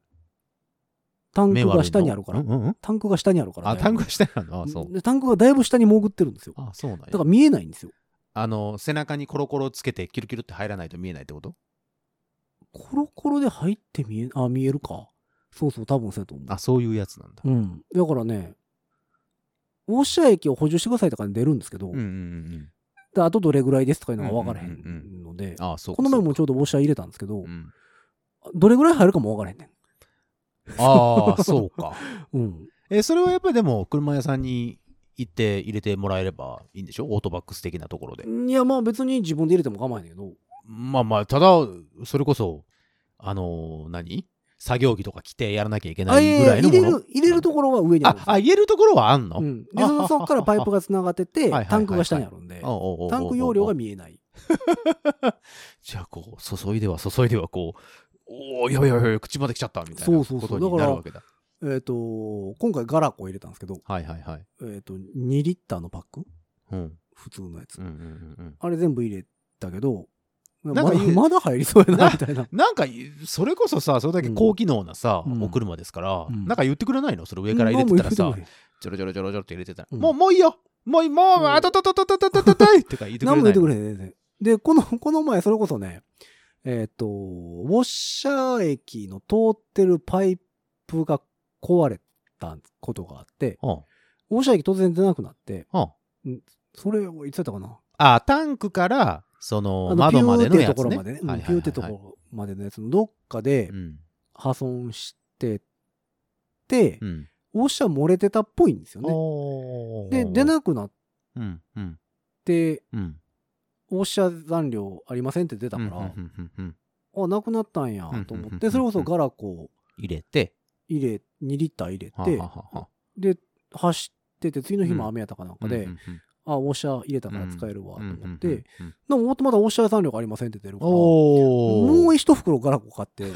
Speaker 2: タン
Speaker 3: 目
Speaker 2: ク
Speaker 3: 悪いの
Speaker 2: が下にあるから
Speaker 3: うんうんうん
Speaker 2: タンクが下にあるから
Speaker 3: あ、
Speaker 2: だいぶ
Speaker 3: タンクが下にあるのあ、そう。
Speaker 2: でタンクがだいぶ下に潜ってるんですよ
Speaker 3: あ、そうなんや。
Speaker 2: だから見えないんですよ
Speaker 3: あの、背中にコロコロつけて、キュルキュルって入らないと見えないってこと
Speaker 2: コロコロで入って見えあ見えるかそうそう多分そうやと思う
Speaker 3: あ、そういうやつなんだ。
Speaker 2: うん。だからね、ウウォッシャー液を補充してくださいとかに出るんですけど、
Speaker 3: うんうんうんうん。
Speaker 2: であとどれぐらいですとかいうのが分からへ
Speaker 3: うんうん
Speaker 2: んので、
Speaker 3: ああ、そう
Speaker 2: この
Speaker 3: か
Speaker 2: 前
Speaker 3: そう
Speaker 2: もちょうどウォッシャー入れたんですけど
Speaker 3: か、うん
Speaker 2: どれぐらい入るかも分からへんね
Speaker 3: ああ、そうか。
Speaker 2: ん。うん。
Speaker 3: え、それはやっぱりでも、車屋さんに行って入れてもらえればいいんでしょオートバックス的なところで。
Speaker 2: いやまあ別に自分で入れても構わないけど
Speaker 3: まあまあ、ただ、それこそ、あのー何作業着とか着てやらなきゃいけ
Speaker 2: あ
Speaker 3: ない
Speaker 2: いや
Speaker 3: ぐらい
Speaker 2: い
Speaker 3: の
Speaker 2: や
Speaker 3: も
Speaker 2: 入
Speaker 3: の
Speaker 2: れる入れるところは上にあるんで
Speaker 3: あ、
Speaker 2: すよ
Speaker 3: あ、言えるところはあんの、
Speaker 2: うん、でそのそこからパイプがつながってて
Speaker 3: はいはいはいはい
Speaker 2: タンクが下にあるんで
Speaker 3: おうおうおうおうおう
Speaker 2: タンク容量が見えない
Speaker 3: じゃあこう、注いでは注いではこう、おお、やばいやばいやばい、口まで来ちゃったみたい
Speaker 2: そ
Speaker 3: な
Speaker 2: う
Speaker 3: こと
Speaker 2: そうそう
Speaker 3: になるわけだ。
Speaker 2: えっ、と今回ガラコ入れたんですけど、
Speaker 3: はいはいはい。
Speaker 2: えっと2リッターのパック
Speaker 3: うん。
Speaker 2: 普通のやつ、
Speaker 3: うんうんうん
Speaker 2: あれ全部入れたけどま
Speaker 3: なん
Speaker 2: だ
Speaker 3: か言う
Speaker 2: まだ入りそうやな
Speaker 3: な
Speaker 2: みたいな
Speaker 3: うん。なんか、それこそさ、それだけ高機能なさ、
Speaker 2: うん
Speaker 3: お車ですから、
Speaker 2: うん
Speaker 3: なんか言ってくれないのそれ上から入れてたら
Speaker 2: うん
Speaker 3: さ、ちょろちょろちょろちょろって入れてたら、
Speaker 2: うん
Speaker 3: もう、もういいよもういい、もう、
Speaker 2: うん
Speaker 3: あたたたたたたたたたいとか言ってくれな
Speaker 2: 何
Speaker 3: い
Speaker 2: も言ってくれ
Speaker 3: れ
Speaker 2: へん全然でこのこの前それこそねえっ、とウォッシャー液の通ってるパイプが壊れたことがあって
Speaker 3: うん。
Speaker 2: ウォッシャー液突然出なくなって
Speaker 3: うん。
Speaker 2: それをいつやったかな
Speaker 3: あ、タンクから、その、
Speaker 2: ピュ
Speaker 3: 窓まで
Speaker 2: ーっ
Speaker 3: の
Speaker 2: てと
Speaker 3: や
Speaker 2: こ
Speaker 3: つ
Speaker 2: ろ
Speaker 3: ね
Speaker 2: までね。
Speaker 3: はいはいはい
Speaker 2: うんピューってところまでのやつのどっかで
Speaker 3: うん。
Speaker 2: 破損してて
Speaker 3: う、ん。
Speaker 2: ウォッシャー漏れてたっぽいんですよね。
Speaker 3: おー
Speaker 2: で、出なくなっ
Speaker 3: うん。うん。
Speaker 2: て、
Speaker 3: うん。
Speaker 2: ウォッシャー残量ありませんって出たから、
Speaker 3: うんうんうんうんうん
Speaker 2: あ、なくなったんやと思
Speaker 3: うんう
Speaker 2: っ
Speaker 3: んうんう
Speaker 2: て、
Speaker 3: ん
Speaker 2: それこそガラコ
Speaker 3: 入れて、
Speaker 2: 入れ、2リッター入れ
Speaker 3: は
Speaker 2: て
Speaker 3: は、はは
Speaker 2: で、走ってて、次の日も雨やったかなんか
Speaker 3: う
Speaker 2: で
Speaker 3: んう、んうん
Speaker 2: あ、ウォッシャー入れたから使えるわと
Speaker 3: うんうんうんう
Speaker 2: 思っ
Speaker 3: ん
Speaker 2: て、でももっとまだウォッシャー残量がありませんって出るから、も
Speaker 3: おお
Speaker 2: う一袋ガラコ買って、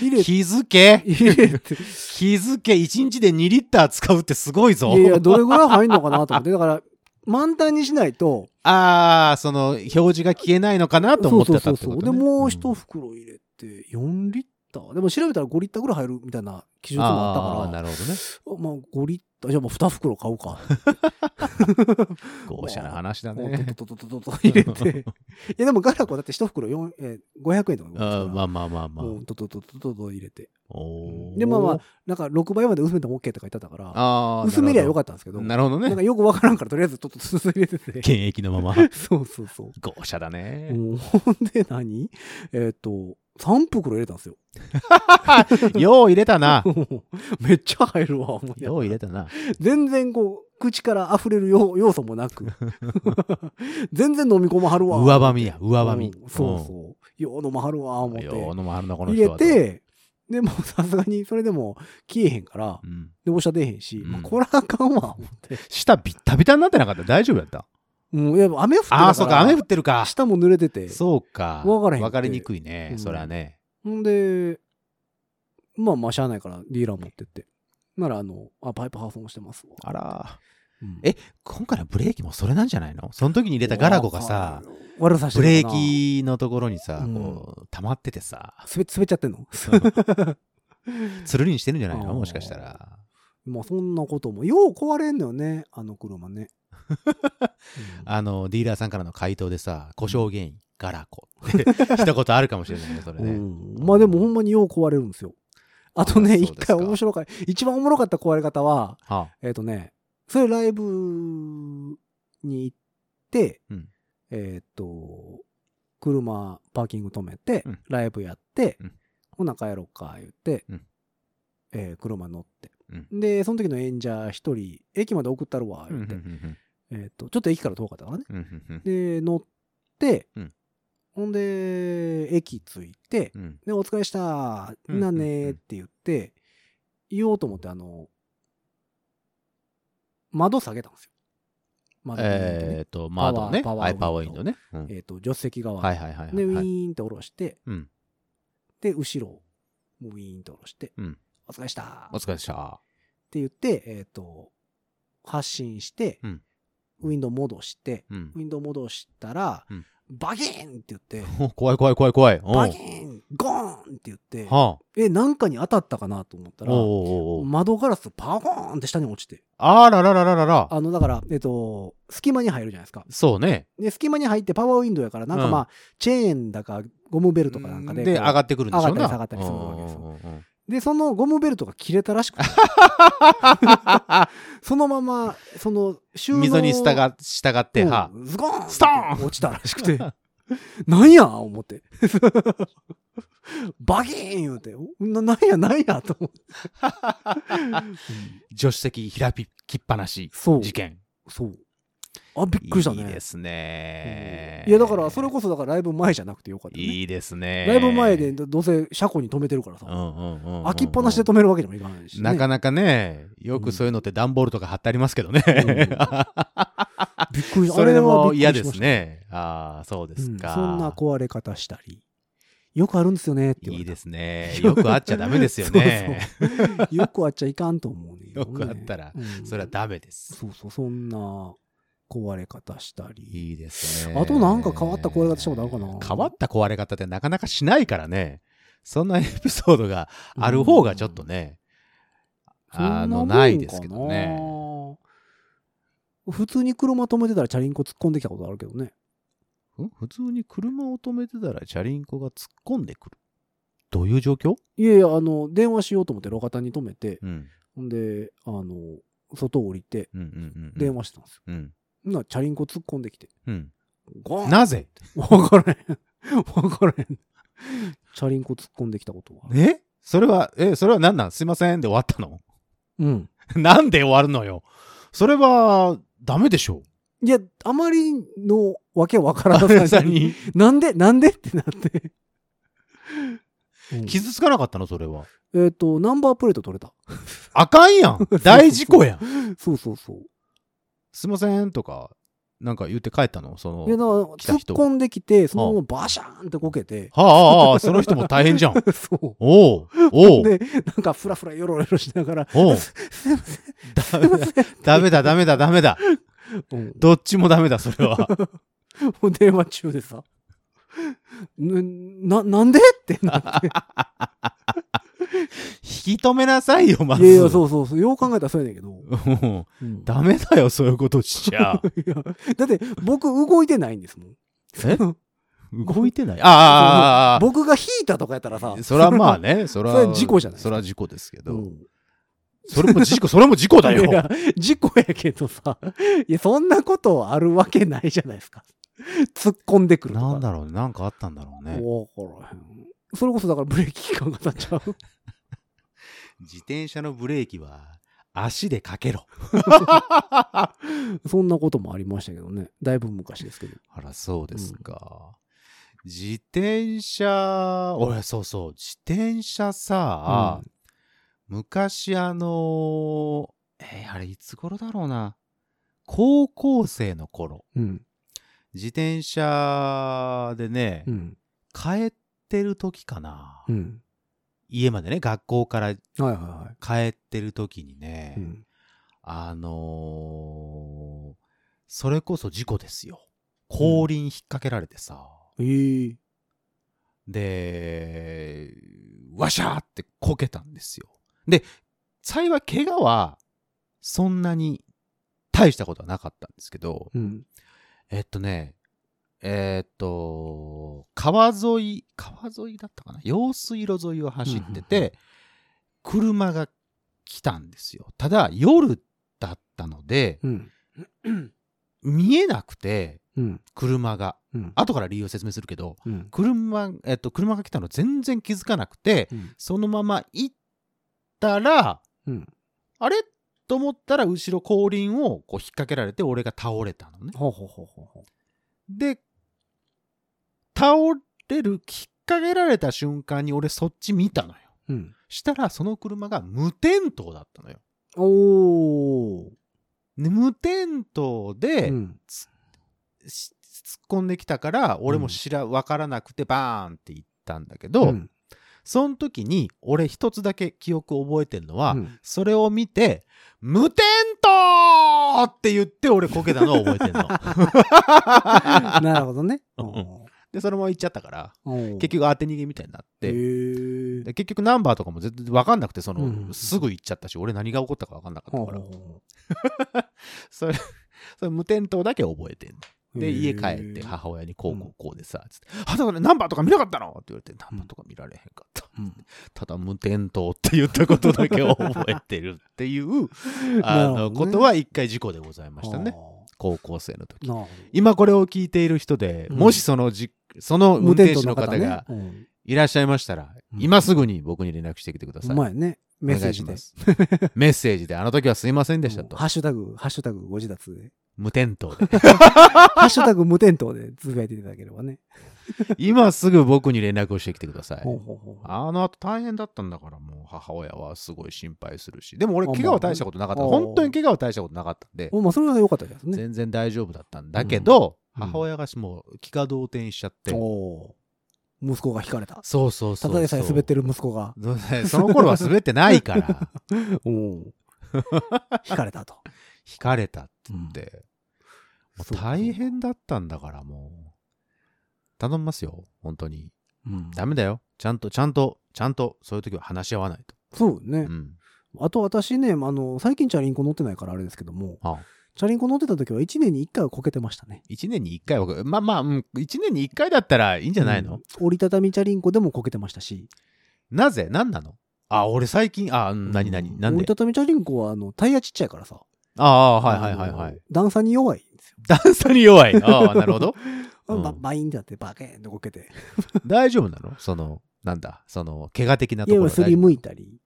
Speaker 2: 入 れ
Speaker 3: 気づけ
Speaker 2: 入れて、
Speaker 3: 気づけ1日で2リッター使うってすごいぞ
Speaker 2: いやいや、どれぐらい入んのかなと思って、だから、満タンにしないと、
Speaker 3: ああその表示が消えないのかなと思ってたってこと、ね、
Speaker 2: で、もう一袋入れて、4リッター。でも調べたら5リッターぐらい入るみたいな基準もあ
Speaker 3: あー
Speaker 2: ったか
Speaker 3: な
Speaker 2: ら、
Speaker 3: るほどね
Speaker 2: まあ5リッター、じゃあもう2袋買うか。
Speaker 3: 豪奢な話だ
Speaker 2: こう
Speaker 3: ね
Speaker 2: トトトトトト入れて。 いや、でもガラコだって1袋4、えー500円とか
Speaker 3: あーま
Speaker 2: あ
Speaker 3: あまあまあまあ、
Speaker 2: トトトトトト入れて。
Speaker 3: おー
Speaker 2: で、まあまあ、なんか6倍まで薄めても OK とか言ってたから、
Speaker 3: あー
Speaker 2: 薄めりゃよか
Speaker 3: っ
Speaker 2: ったんですけ
Speaker 3: た
Speaker 2: ど、
Speaker 3: なるほど
Speaker 2: なん
Speaker 3: ね
Speaker 2: かよくわからんから、とりあえずトトトト入れてて。
Speaker 3: 現役のま ま
Speaker 2: そうそうそう。
Speaker 3: 豪奢だね、
Speaker 2: うんほんで何えっ、と、3袋入れたんですよ。
Speaker 3: よう入れたな
Speaker 2: めっちゃ入るわ、 思いなが
Speaker 3: よ
Speaker 2: ら
Speaker 3: う入れたな
Speaker 2: 全然こう、口から溢れる要要素もな く。全然飲み込まはるわ。
Speaker 3: 上ばみや上ばみ、
Speaker 2: うんそうそう。よう飲まはるわ、思っ
Speaker 3: よう
Speaker 2: て。
Speaker 3: のもあるなこの
Speaker 2: 入
Speaker 3: 人
Speaker 2: れ
Speaker 3: はと
Speaker 2: て、でもうさすがにそれでも消えへんから
Speaker 3: う、ん
Speaker 2: で、おしゃ出へんし、
Speaker 3: うん
Speaker 2: まあ、こらあかんわ、思って。
Speaker 3: 下ビッタビタになってなかった大丈夫やった
Speaker 2: うん、いや、雨降ってたから。
Speaker 3: ああーそうか雨降ってるか
Speaker 2: 下も濡れてて。
Speaker 3: そうか
Speaker 2: わからへんって
Speaker 3: りにくいね、
Speaker 2: うん
Speaker 3: それはね
Speaker 2: ほんで、まあまあ、しゃあないから、ディーラー持ってって。なら、あの、あ、パイプ破損してますわ。
Speaker 3: あら
Speaker 2: うん
Speaker 3: え今回のブレーキもそれなんじゃないのその時に入れたガラゴがさ、
Speaker 2: 悪さして
Speaker 3: ブ
Speaker 2: る
Speaker 3: レ
Speaker 2: のかな
Speaker 3: ーキのところにさ、
Speaker 2: うん
Speaker 3: こう溜まっててさ
Speaker 2: 滑滑っちゃってんの
Speaker 3: つるりにしてるんじゃないの
Speaker 2: あー
Speaker 3: もしかしたら
Speaker 2: まあそんなこともよう壊れんのよねあの車ね、うん
Speaker 3: あのディーラーさんからの回答でさ故障原因ガラコって 一言あるかもしれないねそれね、
Speaker 2: うんまあでもほんまによう壊れるんですよあとね
Speaker 3: あそう
Speaker 2: 一
Speaker 3: ですか
Speaker 2: 回面白かった一番おもろかった壊れ方は
Speaker 3: はあ
Speaker 2: えっ、とねそれライブに行って、
Speaker 3: うん
Speaker 2: えっ、と車パーキング止めて、
Speaker 3: うん
Speaker 2: ライブやって、
Speaker 3: うん
Speaker 2: ほな帰ろうか言って、
Speaker 3: うん
Speaker 2: えー車乗って、
Speaker 3: う
Speaker 2: でその時の演者一人駅まで送ったるわ言って、えっとちょっと駅から遠かったからね
Speaker 3: うんうんうん
Speaker 2: で乗って、
Speaker 3: うん
Speaker 2: ほんで駅着いて、
Speaker 3: うん
Speaker 2: で「お疲れした
Speaker 3: うん
Speaker 2: なんね」って言って言おうと思ってあの窓下げたんですよ窓
Speaker 3: えーっと窓ね
Speaker 2: パワー
Speaker 3: アイパワーウィンドウね、うん
Speaker 2: えっと助手席側、
Speaker 3: はいはいはいはい
Speaker 2: でウィ
Speaker 3: はい
Speaker 2: ーンって下ろして、
Speaker 3: うん
Speaker 2: で後ろをウィーンって下ろして「
Speaker 3: うん
Speaker 2: お疲れした
Speaker 3: お疲れでした
Speaker 2: って言って、えっ、と、発信して、
Speaker 3: うん
Speaker 2: ウィンドウ戻して、
Speaker 3: うん
Speaker 2: ウィンドウ戻したら、
Speaker 3: うん
Speaker 2: バギーンって言って、
Speaker 3: お怖い怖い怖い怖い。おう
Speaker 2: バギーンゴーンって言って、
Speaker 3: は
Speaker 2: え、なんかに当たったかなと思った
Speaker 3: あ。
Speaker 2: ら、
Speaker 3: おうおうおう
Speaker 2: 窓ガラスパゴーンって下に落ちて、
Speaker 3: あらららららら。
Speaker 2: あの、だから、えっ、と、隙間に入るじゃないですか。
Speaker 3: そうね。
Speaker 2: で、隙間に入ってパワーウィンドウやから、なんか
Speaker 3: うん
Speaker 2: まあ、チェーンだか、ゴムベルとかなんかで、
Speaker 3: で、上
Speaker 2: こう
Speaker 3: がってくるんでしょうな
Speaker 2: 上がったり下がったりするわけですよ
Speaker 3: うんうんうんうん
Speaker 2: で、そのゴムベルトが切れたらしく て、そのまま、その 収納
Speaker 3: 溝に従っ従っては
Speaker 2: うんズゴーン
Speaker 3: ストーン
Speaker 2: って落ちたらしくて、 なんや思って。 バギーン言うて、ななんやなんやと思って。
Speaker 3: 助手席開きっぱなし
Speaker 2: そう。
Speaker 3: 事件
Speaker 2: そう。あ、びっくりしたね。
Speaker 3: いいですね
Speaker 2: うんいや、だから、それこそ、だからライブ前じゃなくてよかった、ね。
Speaker 3: いいですね
Speaker 2: ライブ前で、どどうせ車庫に止めてるから
Speaker 3: う
Speaker 2: さ
Speaker 3: んう、んうんうん
Speaker 2: 開きっぱなしで止めるわけにもいかないし、ね。
Speaker 3: なかなかねよくそういうのって段ボールとか貼ってありますけどね、
Speaker 2: びっくりした
Speaker 3: それで
Speaker 2: あは
Speaker 3: も
Speaker 2: びっ
Speaker 3: 嫌
Speaker 2: くり
Speaker 3: で
Speaker 2: しまし
Speaker 3: す
Speaker 2: た
Speaker 3: ねああそうですか、
Speaker 2: うんそんな壊れ方したり。よくあるんですよねって言わ
Speaker 3: いい
Speaker 2: れた
Speaker 3: で すねよくあっちゃダメですよね
Speaker 2: よくあっちゃいかんと思うね。
Speaker 3: よくあったら
Speaker 2: うん
Speaker 3: それはダメです
Speaker 2: そうそう、そんな壊れ方したり。
Speaker 3: いいですね。
Speaker 2: あとなんか変わった壊れ方したことあるかな
Speaker 3: 変わった壊れ方ってなかなかしないからね。そんなエピソードがある方がちょっとね、あの、
Speaker 2: そんもん
Speaker 3: ないですけどね。
Speaker 2: かな。普通に車止めてたらチャリンコ突っ込んできたことあるけどね。
Speaker 3: ん普通に車を止めてたらチャリンコが突っ込んでくる。どういう状況
Speaker 2: いやいや、あの、電話しようと思って路肩に止めて、
Speaker 3: うん。
Speaker 2: ほんで、あの、外降りて
Speaker 3: うんうんうんうん。
Speaker 2: 電話してたんですよ。
Speaker 3: うん。
Speaker 2: ほんならチャリンコ突っ込んできて。
Speaker 3: うん。
Speaker 2: ゴーン
Speaker 3: なぜ
Speaker 2: わからへん。わからへん。チャリンコ突っ込んできたことは。
Speaker 3: えそれは、え、それは何なんすいませんで終わったの
Speaker 2: うん。
Speaker 3: なんで終わるのよそれは、ダメでし ょ
Speaker 2: いや、あまりのわけわからな
Speaker 3: う。さ
Speaker 2: さ
Speaker 3: ん
Speaker 2: に。
Speaker 3: に。
Speaker 2: なんでなんでってなって。うん
Speaker 3: 傷つかなかったのそれは。
Speaker 2: えっ、と、ナンバープレート取れた。
Speaker 3: あかんやん。大事故やん。
Speaker 2: そうそうそう。
Speaker 3: すいませんとか、なんか言って帰ったのその。
Speaker 2: いや、だから
Speaker 3: 来た
Speaker 2: 突っ
Speaker 3: 人
Speaker 2: 込んできて、そのままバシャーンってこけ て。
Speaker 3: はあ、はあ、その人も大変じゃん。
Speaker 2: そ
Speaker 3: おう、お
Speaker 2: う。
Speaker 3: う、
Speaker 2: で、なんかフラフラヨロヨロしながら、
Speaker 3: おう。
Speaker 2: すいません、
Speaker 3: ダメだ、 ダメだ、ダメだ、ダメだ。
Speaker 2: うん
Speaker 3: どっちもダメだ、それ は。
Speaker 2: もう電話中でさ。 な、ななんでってなって。
Speaker 3: 引き止めなさいよ、まず。
Speaker 2: いやいや、そうそうそう。よう考えたらそうやねんけど。
Speaker 3: うん
Speaker 2: うん
Speaker 3: ダメだよ、そういうことしちゃ。
Speaker 2: いやだって、僕動いてないんですもん。
Speaker 3: え
Speaker 2: その
Speaker 3: 動いてない。ああああ、ああ
Speaker 2: 僕が引いたとかやったらさ。
Speaker 3: それはまあ ね、それ
Speaker 2: それ
Speaker 3: は。
Speaker 2: は事故じゃない
Speaker 3: それは事故ですけ
Speaker 2: う
Speaker 3: ど。
Speaker 2: ん
Speaker 3: それも事故、それも事故 だ
Speaker 2: いや
Speaker 3: よ。、
Speaker 2: 事故やけどさ。 いや、そんなことあるわけないじゃないですか。突っ込んでくるとか。
Speaker 3: なんだろうね、なんかあったんだろうね。
Speaker 2: わからへん。それこそだからブレーキ期間が経っちゃう。
Speaker 3: 自転車のブレーキは足でかけろ。
Speaker 2: そんなこともありましたけどね。だいぶ昔ですけど。
Speaker 3: あら、そうですか。自転車、俺、そうそう、自転車さ、
Speaker 2: う
Speaker 3: 昔あのーえーあれ、いつ頃だろうな。高校生の頃、
Speaker 2: うん。
Speaker 3: 自転車でね、
Speaker 2: うん。
Speaker 3: 帰ってる時かな。
Speaker 2: うん。
Speaker 3: 家までね、学校から帰
Speaker 2: はいはいは
Speaker 3: ってる時にね、
Speaker 2: い。うん。
Speaker 3: あのーそれこそ事故ですよ。後輪引っ掛けられてさ、
Speaker 2: えー
Speaker 3: で、わしゃーってこけたんですよ。で、幸い怪我はそんなに大したことはなかったんですけど、
Speaker 2: うん。
Speaker 3: えっとね、えっと、川沿い、川沿いだったかな用水路沿いを走ってて、車が来たんですよ。ただ、夜だったので、
Speaker 2: うん。
Speaker 3: 見えなくて、
Speaker 2: うん。
Speaker 3: 車が。
Speaker 2: うん。
Speaker 3: 後から理由を説明するけど、
Speaker 2: うん。
Speaker 3: 車、えっと、車が来たの全然気づかなくて、
Speaker 2: うん
Speaker 3: そのまま行ったら、
Speaker 2: うん。
Speaker 3: あれと思ったら、後ろ後輪をこう引っ掛けられて、俺が倒れたのね。
Speaker 2: ほうほうほうほうほ
Speaker 3: で、倒れる、引っ掛けられた瞬間に俺そっち見たのよ。
Speaker 2: う。うん。
Speaker 3: したら、その車が無点灯だったのよ。
Speaker 2: おー。
Speaker 3: で無点灯で、
Speaker 2: うん。
Speaker 3: し突っ込んできたから、俺も知ら、わからなくて、バーンって行ったんだけど、
Speaker 2: うん
Speaker 3: その時に、俺一つだけ記憶を覚えてるのは、
Speaker 2: うん
Speaker 3: それを見て、無点灯って言って、俺こけたのを覚えてる の。
Speaker 2: なるほどね。
Speaker 3: うん
Speaker 2: おー
Speaker 3: で、そのまま行っちゃったから、
Speaker 2: おー
Speaker 3: 結局当て逃げみたいになっ
Speaker 2: へ
Speaker 3: て、
Speaker 2: ー
Speaker 3: で結局ナンバーとかも全然わかんなくて、その、
Speaker 2: うん
Speaker 3: すぐ行っちゃったし、俺何が起こったかわかんなか
Speaker 2: ほ
Speaker 3: っ
Speaker 2: う
Speaker 3: たか
Speaker 2: ほう
Speaker 3: ら、
Speaker 2: ほ
Speaker 3: それ、それ無点灯だけ覚えてんの。
Speaker 2: う
Speaker 3: で、
Speaker 2: へー
Speaker 3: 家帰って母親にこうこうこうでさ、つって、あ、だからナンバーとか見なかったのって言われて、ナンバーとか見られへんかった。
Speaker 2: うん
Speaker 3: ただ無点灯って言ったことだけを覚えてるっ ていうあ
Speaker 2: なるほど
Speaker 3: の
Speaker 2: ね
Speaker 3: ことは一回事故でございましたね
Speaker 2: あ
Speaker 3: 高校生の時
Speaker 2: ーなるほ
Speaker 3: 今これを聞いている人で、
Speaker 2: うん
Speaker 3: もしそのじその
Speaker 2: ど
Speaker 3: 運転手の方
Speaker 2: ね
Speaker 3: が
Speaker 2: うん
Speaker 3: いらっしゃいましたら、
Speaker 2: うん
Speaker 3: 今すぐに僕に連絡してきてくださ
Speaker 2: う
Speaker 3: い、
Speaker 2: まいねメッセージ
Speaker 3: お願
Speaker 2: で
Speaker 3: いします メッセージであの時はすいませんでした
Speaker 2: う
Speaker 3: と
Speaker 2: んハッシュタグハッシュタグご自立 で
Speaker 3: 無点灯で
Speaker 2: ハッシュタグ無点灯でつぶやいていただければね
Speaker 3: 今すぐ僕に連絡をしてきてください
Speaker 2: ほうほうほう
Speaker 3: あの後大変だったんだからもう母親はすごい心配するしでも俺
Speaker 2: あまあ
Speaker 3: 怪我は大したことなかった
Speaker 2: あー
Speaker 3: 本当に怪我は大したことなかったんで
Speaker 2: おまあそれは良かったですね
Speaker 3: 全然大丈夫だったんだけど、
Speaker 2: うん
Speaker 3: 母親がしもう気が動転しちゃって、
Speaker 2: おー息子が引かれた
Speaker 3: そうそう
Speaker 2: た
Speaker 3: そう
Speaker 2: だでさえ滑って
Speaker 3: る
Speaker 2: る息子が
Speaker 3: その頃は滑ってないから
Speaker 2: おー引かれたと
Speaker 3: 引かれたって言 って、もう
Speaker 2: そうか
Speaker 3: 大変だったんだからもう頼みますよ本当に
Speaker 2: うん
Speaker 3: ダメだよちゃんとちゃんとちゃんとそういう時は話し合わないと、
Speaker 2: そうね
Speaker 3: うん
Speaker 2: あと私ねあの最近チャリンコ乗ってないからあれですけども
Speaker 3: あ
Speaker 2: チャリンコ乗ってた時は1年に1回はこけてましたね
Speaker 3: 1年に1回はまあまあ、うん、1年に1回だったらいいんじゃないの、
Speaker 2: うん折りたたみチャリンコでもこけてましたし
Speaker 3: なぜ何なのあ俺最近あ何
Speaker 2: う
Speaker 3: 何
Speaker 2: ん
Speaker 3: 何
Speaker 2: 折り
Speaker 3: で
Speaker 2: たたみチャリンコはあのタイヤちっちゃいからさ
Speaker 3: ああはいはいはいは
Speaker 2: あの
Speaker 3: い
Speaker 2: 段差に弱いんですよ
Speaker 3: 段差に弱いあ あなるほど
Speaker 2: あ
Speaker 3: うん
Speaker 2: ババインってなってバケーンってこけて
Speaker 3: 大丈夫なのそのなんだその怪我的なと
Speaker 2: 家
Speaker 3: ころ
Speaker 2: はすりむいた り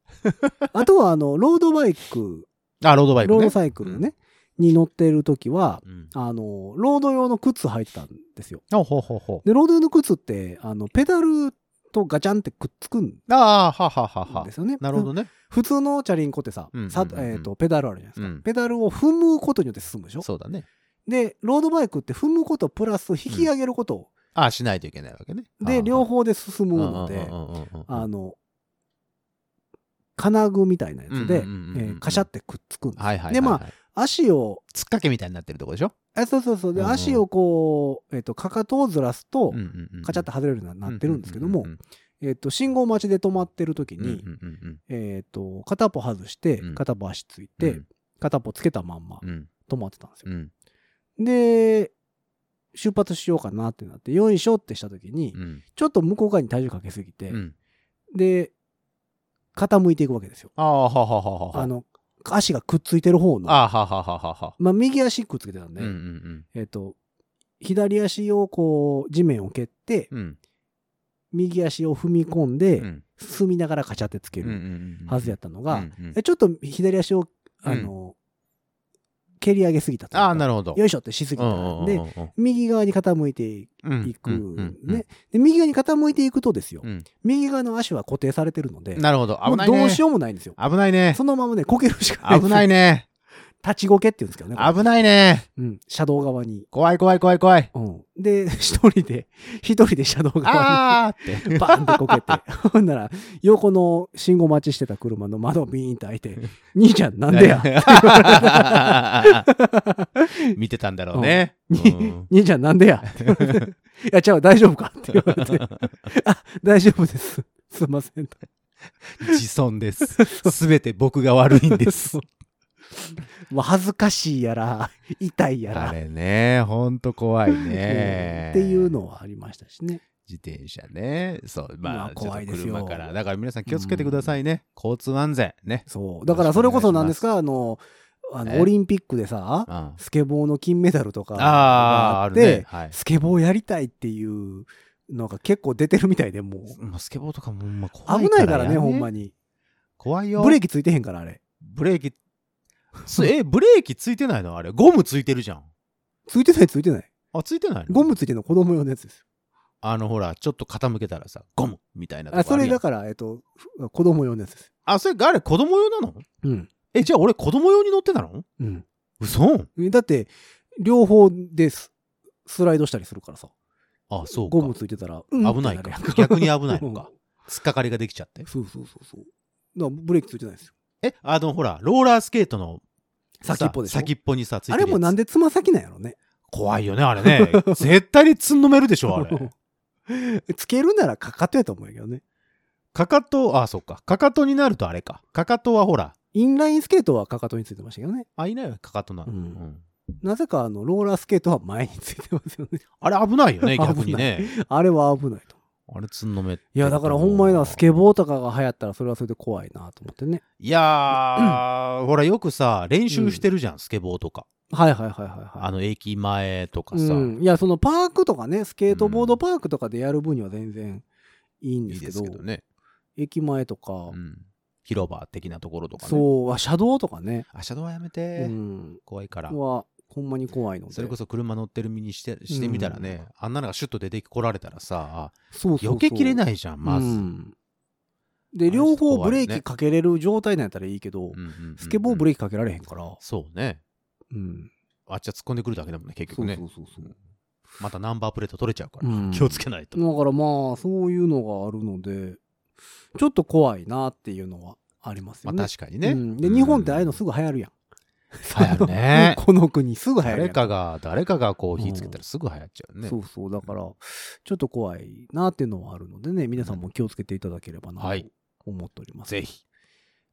Speaker 2: あとはあのロードバイク
Speaker 3: あロードバイク
Speaker 2: ロー
Speaker 3: ね
Speaker 2: ドサイクルね、に乗ってる時は
Speaker 3: うん
Speaker 2: あのロード用の靴履いてたんですよ
Speaker 3: あほうほうほ
Speaker 2: でロード用の靴ってあのペダルとガチャンってくっつくん
Speaker 3: うああはははは
Speaker 2: ですよね
Speaker 3: なるほどね
Speaker 2: 普通のチャリンコってさ、
Speaker 3: うんうんうん
Speaker 2: さえー、とペダルあるじゃないですか、
Speaker 3: うん
Speaker 2: ペダルを踏むことによって進むでしょ
Speaker 3: そうだね
Speaker 2: でロードバイクって踏むことプラス引き上げること、
Speaker 3: ああしないといけないわけね
Speaker 2: で両
Speaker 3: 方
Speaker 2: 方で進むのであの金具みたいなやつで、
Speaker 3: うんうんうんうんうん
Speaker 2: えーカシャってくっつくんです、
Speaker 3: はいはいはいはい
Speaker 2: でま足を
Speaker 3: つっかけみたいになってるとこでしょ
Speaker 2: あそうそうそうで、
Speaker 3: うんうん
Speaker 2: 足をこう、えー、とかかとをずらすと、カチャってて外れるようになってるんですけども、えー、と信号待ちで止まってる時に、えー、と片っぽ外して
Speaker 3: うん
Speaker 2: 片っぽ足ついて、片っぽつけたまんま
Speaker 3: うん
Speaker 2: 止まってたんですよ
Speaker 3: うん
Speaker 2: で、出発しようかなってなって、よいしょってした時に、
Speaker 3: うん
Speaker 2: ちょっと向こう側に体重かけすぎて、
Speaker 3: うん
Speaker 2: で、傾いていくわけですよ。
Speaker 3: ああははははは
Speaker 2: あの、足がくっついてる方の、
Speaker 3: ああははははは
Speaker 2: まあ、右足くっつけてたんで、
Speaker 3: うんうん
Speaker 2: えっ、と、左足をこう、地面を蹴って、
Speaker 3: うんうん
Speaker 2: 右足を踏み込んで、
Speaker 3: うん
Speaker 2: 進みながらカチャってつけ
Speaker 3: うんう
Speaker 2: る
Speaker 3: んうん
Speaker 2: はずやったのが、
Speaker 3: うんうん
Speaker 2: えちょっと左足を、あの、蹴り上げすぎたというか
Speaker 3: ああなるほど
Speaker 2: よいしょってしすぎたんで、右側に傾いていく
Speaker 3: 行
Speaker 2: いく、ね。で、右側に傾いていくとですよ、
Speaker 3: うん
Speaker 2: 右側の足は固定されてるので、
Speaker 3: なるほど。
Speaker 2: も
Speaker 3: 危
Speaker 2: う
Speaker 3: ないね。
Speaker 2: どうしようもないんですよ。
Speaker 3: 危ないね。
Speaker 2: そのままね、こけるしかない。
Speaker 3: 危ない
Speaker 2: ね。
Speaker 3: ね。
Speaker 2: 立ちこけって言うんですけどね。これ
Speaker 3: 危ないね。
Speaker 2: うん、車道側に。
Speaker 3: 怖い怖い怖い 怖い。
Speaker 2: うん。で、一人で、一人で車道側
Speaker 3: あーって
Speaker 2: に、。 バーンってこけて、 ほんなら、横の信号待ちしてた車の窓ビーンって開い て、兄ちゃんなんでや
Speaker 3: 見てたんだろうね。うん
Speaker 2: 兄ちゃんなんで やって言われていや、ちゃう、大丈夫かって言われて、 あ、大丈夫です。すいません。
Speaker 3: 自尊 です。すべて僕が悪いんです。
Speaker 2: まあ、恥ずかしいやら、痛いやら
Speaker 3: あ、れね、ほんと怖いね。
Speaker 2: っていうのはありましたしね。
Speaker 3: 自転車ね。そう、
Speaker 2: う
Speaker 3: ま
Speaker 2: わ
Speaker 3: あ、
Speaker 2: 怖いですよ
Speaker 3: ちょっと車から。だから皆さん気をつけてくださいね。交通安全。ね。
Speaker 2: そう。だからそれこそ何ですか、あの、あ
Speaker 3: え
Speaker 2: のオリンピックでさ
Speaker 3: う、んあ
Speaker 2: スケボーの金メダルとかが
Speaker 3: あ、
Speaker 2: あ
Speaker 3: あ
Speaker 2: っ
Speaker 3: る
Speaker 2: て、
Speaker 3: ね。はい。
Speaker 2: スケボーやりたいっていうのが結構出てるみたいで、もう。
Speaker 3: もうスケボーとかもほんま怖い
Speaker 2: 危
Speaker 3: か
Speaker 2: な
Speaker 3: ら
Speaker 2: いからね、
Speaker 3: や
Speaker 2: ほんまに。
Speaker 3: 怖いよ。
Speaker 2: ブレーキついてへんから、あれ。
Speaker 3: ブレーキ。つえ、ブレーキついてないのあれ。ゴムついてるじゃん。
Speaker 2: ついてない、ついてない。
Speaker 3: あ、ついてないの
Speaker 2: ゴムついてるの子供用のやつです
Speaker 3: あの、ほら、ちょっと傾けたらさ、ゴムみたい
Speaker 2: よ。
Speaker 3: なとこ
Speaker 2: あ、そ
Speaker 3: る
Speaker 2: れ
Speaker 3: やん
Speaker 2: だから、えっと、ふ子供用のやつです。
Speaker 3: あ、それ、あれ、子供用なの
Speaker 2: うん。
Speaker 3: え、じゃあ俺、子供用に乗ってたの
Speaker 2: うん。
Speaker 3: 嘘
Speaker 2: だって、両方です。スライドしたりするからさ。
Speaker 3: あ、そうか。
Speaker 2: ゴムついてたら、うん
Speaker 3: 危ない
Speaker 2: って
Speaker 3: か
Speaker 2: るやん。
Speaker 3: 逆に 危ないのか。突っかかりができちゃっ
Speaker 2: う
Speaker 3: て
Speaker 2: ん。そうそうそうそう。だからブレーキついてないですよ。
Speaker 3: え、あの、ほら、ローラースケートの
Speaker 2: 先っぽでしょ
Speaker 3: さ先っぽにさ、ついて
Speaker 2: あ
Speaker 3: るや
Speaker 2: れ
Speaker 3: つ
Speaker 2: もなんでつま先なんやろね。
Speaker 3: 怖いよね、あ れね。絶対につんのめるでしょ、あれ。
Speaker 2: つけるならかかとやと思うんやけどね。
Speaker 3: かかと、あ、そっか。かかとになるとあれか。かかとはほら、
Speaker 2: インラインスケートはかかとについてましたけどね。
Speaker 3: あ、いないよ、かかとなの。
Speaker 2: うん
Speaker 3: うん
Speaker 2: なぜかあの、ローラースケートは前についてますよね。
Speaker 3: あれ危ないよね、
Speaker 2: 危ない
Speaker 3: 逆にね。
Speaker 2: あれは危ないと。
Speaker 3: あれ、つんのめ。い
Speaker 2: いや、だからほんまにな、スケボーとかが流行ったらそれはそれで怖いなと思ってね。
Speaker 3: いやー、ほら、よくさ、練習してるじゃん、スケボーとか。
Speaker 2: はいはいはいはい、はい。
Speaker 3: あの、駅前とかさ。
Speaker 2: うん、いやそのパークとかねスケートボードパークとかでやる分には全然いいんで
Speaker 3: い
Speaker 2: す
Speaker 3: い
Speaker 2: け
Speaker 3: で
Speaker 2: ど,、
Speaker 3: すけどね。
Speaker 2: 駅前とか、
Speaker 3: うん。広場的なところとかね。
Speaker 2: そうあ車道とかね、
Speaker 3: あ、車道はやめ
Speaker 2: う
Speaker 3: て。
Speaker 2: ん、
Speaker 3: 怖いから。
Speaker 2: はほんまに怖いので
Speaker 3: それこそ車乗ってる身にしてしてみたらね、あんなのがシュッと出てこられたらさ、
Speaker 2: そうそうそう
Speaker 3: 避けきれないじゃん、まず。
Speaker 2: う
Speaker 3: うんあ
Speaker 2: で
Speaker 3: れちょ
Speaker 2: 両
Speaker 3: っと
Speaker 2: 方
Speaker 3: 怖
Speaker 2: ブ
Speaker 3: いね
Speaker 2: レーキかけれる状態なんやったらいいけど、
Speaker 3: うんうんうん
Speaker 2: スケボーブレーキかけられへんから、
Speaker 3: そうね。
Speaker 2: うん、
Speaker 3: あっちは突っ込んでくるだけだもんね、結局ね。
Speaker 2: そうそうそうそう
Speaker 3: またナンバープレート取れちゃうから、
Speaker 2: うん
Speaker 3: 気をつけないと。
Speaker 2: だからまあそういうのがあるのでちょっと怖いなっていうのはあります
Speaker 3: ま
Speaker 2: よ
Speaker 3: あ
Speaker 2: ね。
Speaker 3: 確かにね。
Speaker 2: うん、で日本ってああいうのすぐ流行るやん。
Speaker 3: 流行る ね
Speaker 2: この国すぐ流行るやん
Speaker 3: 誰かが、誰かがこう火つけたらすぐ流行っちゃうね。
Speaker 2: そうそうだからちょっと怖いなっていうのはあるのでね皆さんも気をつけていただければなと
Speaker 3: はい
Speaker 2: 思っております、
Speaker 3: ぜひ。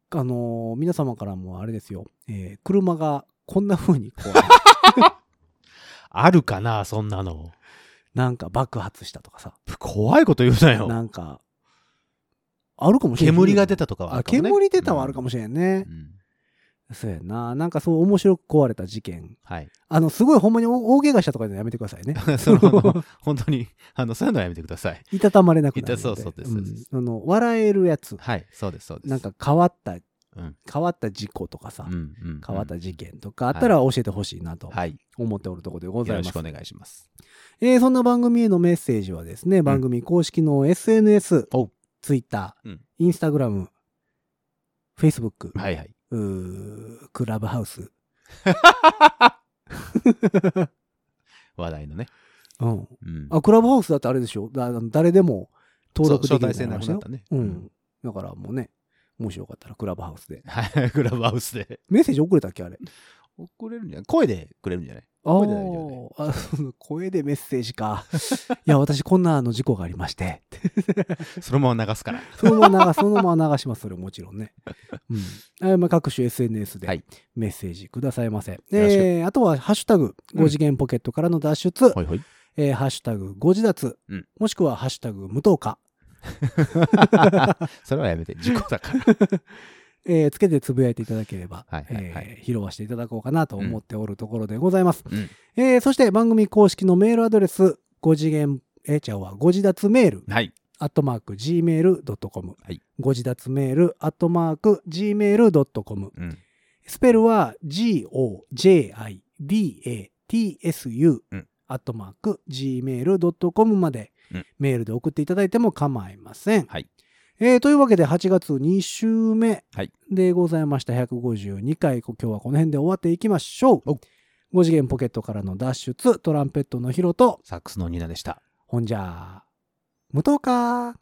Speaker 2: あのー皆様からもあれですよ、えー車がこんな風に 怖い
Speaker 3: あるかな、そんなの。
Speaker 2: なんか爆発したとかさ
Speaker 3: 怖いこと言うなよ。
Speaker 2: なんかあるかもしれない
Speaker 3: 煙が出
Speaker 2: た
Speaker 3: たとかはあ
Speaker 2: あ
Speaker 3: るかも、ね。
Speaker 2: 煙出たはあるかもしれんね
Speaker 3: う、ん
Speaker 2: そうやななんかそう面白く壊れた事件
Speaker 3: はい。
Speaker 2: あのすごいほんまに大大怪我したとかじゃやめてくださいね
Speaker 3: その、本当に、 あの、そういうのはやめてください。
Speaker 2: いたたまれなくなるので
Speaker 3: いたそうそうですそうです
Speaker 2: んあの笑えるやつ
Speaker 3: はい、そうです、そうです。
Speaker 2: なん、か変わった
Speaker 3: うん、
Speaker 2: 変わった事故とかさ、
Speaker 3: うん、うん。
Speaker 2: 変わった事件とかあったら教えてほしいなと
Speaker 3: はい。
Speaker 2: 思っておるところでご
Speaker 3: よ
Speaker 2: ざい
Speaker 3: ろ
Speaker 2: ま
Speaker 3: し
Speaker 2: す、
Speaker 3: くお願いします。
Speaker 2: えーそんな番組へのメッセージはですね、番組公式の SNS、
Speaker 3: おう
Speaker 2: Twitter、
Speaker 3: うん
Speaker 2: Instagram、Facebook、
Speaker 3: はいはい。
Speaker 2: うークラブハウス、
Speaker 3: 話題のね。
Speaker 2: うん、
Speaker 3: うん。
Speaker 2: あクラブハウスだってあれでしょだあの誰でも登録で
Speaker 3: そう
Speaker 2: き
Speaker 3: 招
Speaker 2: るよ
Speaker 3: 待制
Speaker 2: う
Speaker 3: な
Speaker 2: にりま
Speaker 3: くなっ
Speaker 2: したたよ
Speaker 3: ね。
Speaker 2: う。ん、だからもうねもしよかったらクラブハウスで
Speaker 3: はい、クラブハウスで。
Speaker 2: メッセージ送れたっけあれ
Speaker 3: 送れるんじゃない声でくれるんじゃない
Speaker 2: 声
Speaker 3: 声で大丈夫ね
Speaker 2: あそう声でメッセージか いや私こんなあの事故がありまして
Speaker 3: そのまま流すから。
Speaker 2: そのまま流 そのまま流します、それもちろんね。うん。あまあ、各種 SNS
Speaker 3: は
Speaker 2: で
Speaker 3: い
Speaker 2: メッセージくださいませ。
Speaker 3: ろしく
Speaker 2: えーあとは、ハッシュタグ、
Speaker 3: うん
Speaker 2: 5次元ポケットからの脱出、
Speaker 3: は い はい。
Speaker 2: えーハッシュタグ、5次脱、
Speaker 3: うん
Speaker 2: もしくは、ハッシュタグ、無糖化、
Speaker 3: それはやめて。事故だから。
Speaker 2: えーつけてつぶやいていただければ、
Speaker 3: はいはいはい
Speaker 2: えー拾わしていただこうかなと思っておるところでございます。
Speaker 3: うん。
Speaker 2: えーそして、番組公式のメールアドレス、5次元、えー、ちゃうわ、5次脱メール、
Speaker 3: はい。
Speaker 2: アットマーク、gmail.com、
Speaker 3: はい
Speaker 2: ご自脱メール、アットマーク、gmail.com、
Speaker 3: うん。
Speaker 2: スペルは gojidatsu、
Speaker 3: うん
Speaker 2: アットマーク gmail.com まで、
Speaker 3: うん
Speaker 2: メールで送っていただいても構いません。
Speaker 3: はい
Speaker 2: えーというわけで8月2週目
Speaker 3: はい
Speaker 2: でございました152回今日はこの辺で終わっていきましょう
Speaker 3: お。
Speaker 2: 5次元ポケットからの脱出トランペットのヒロと
Speaker 3: サックスのニナでした。
Speaker 2: ほんじゃあ無糖かー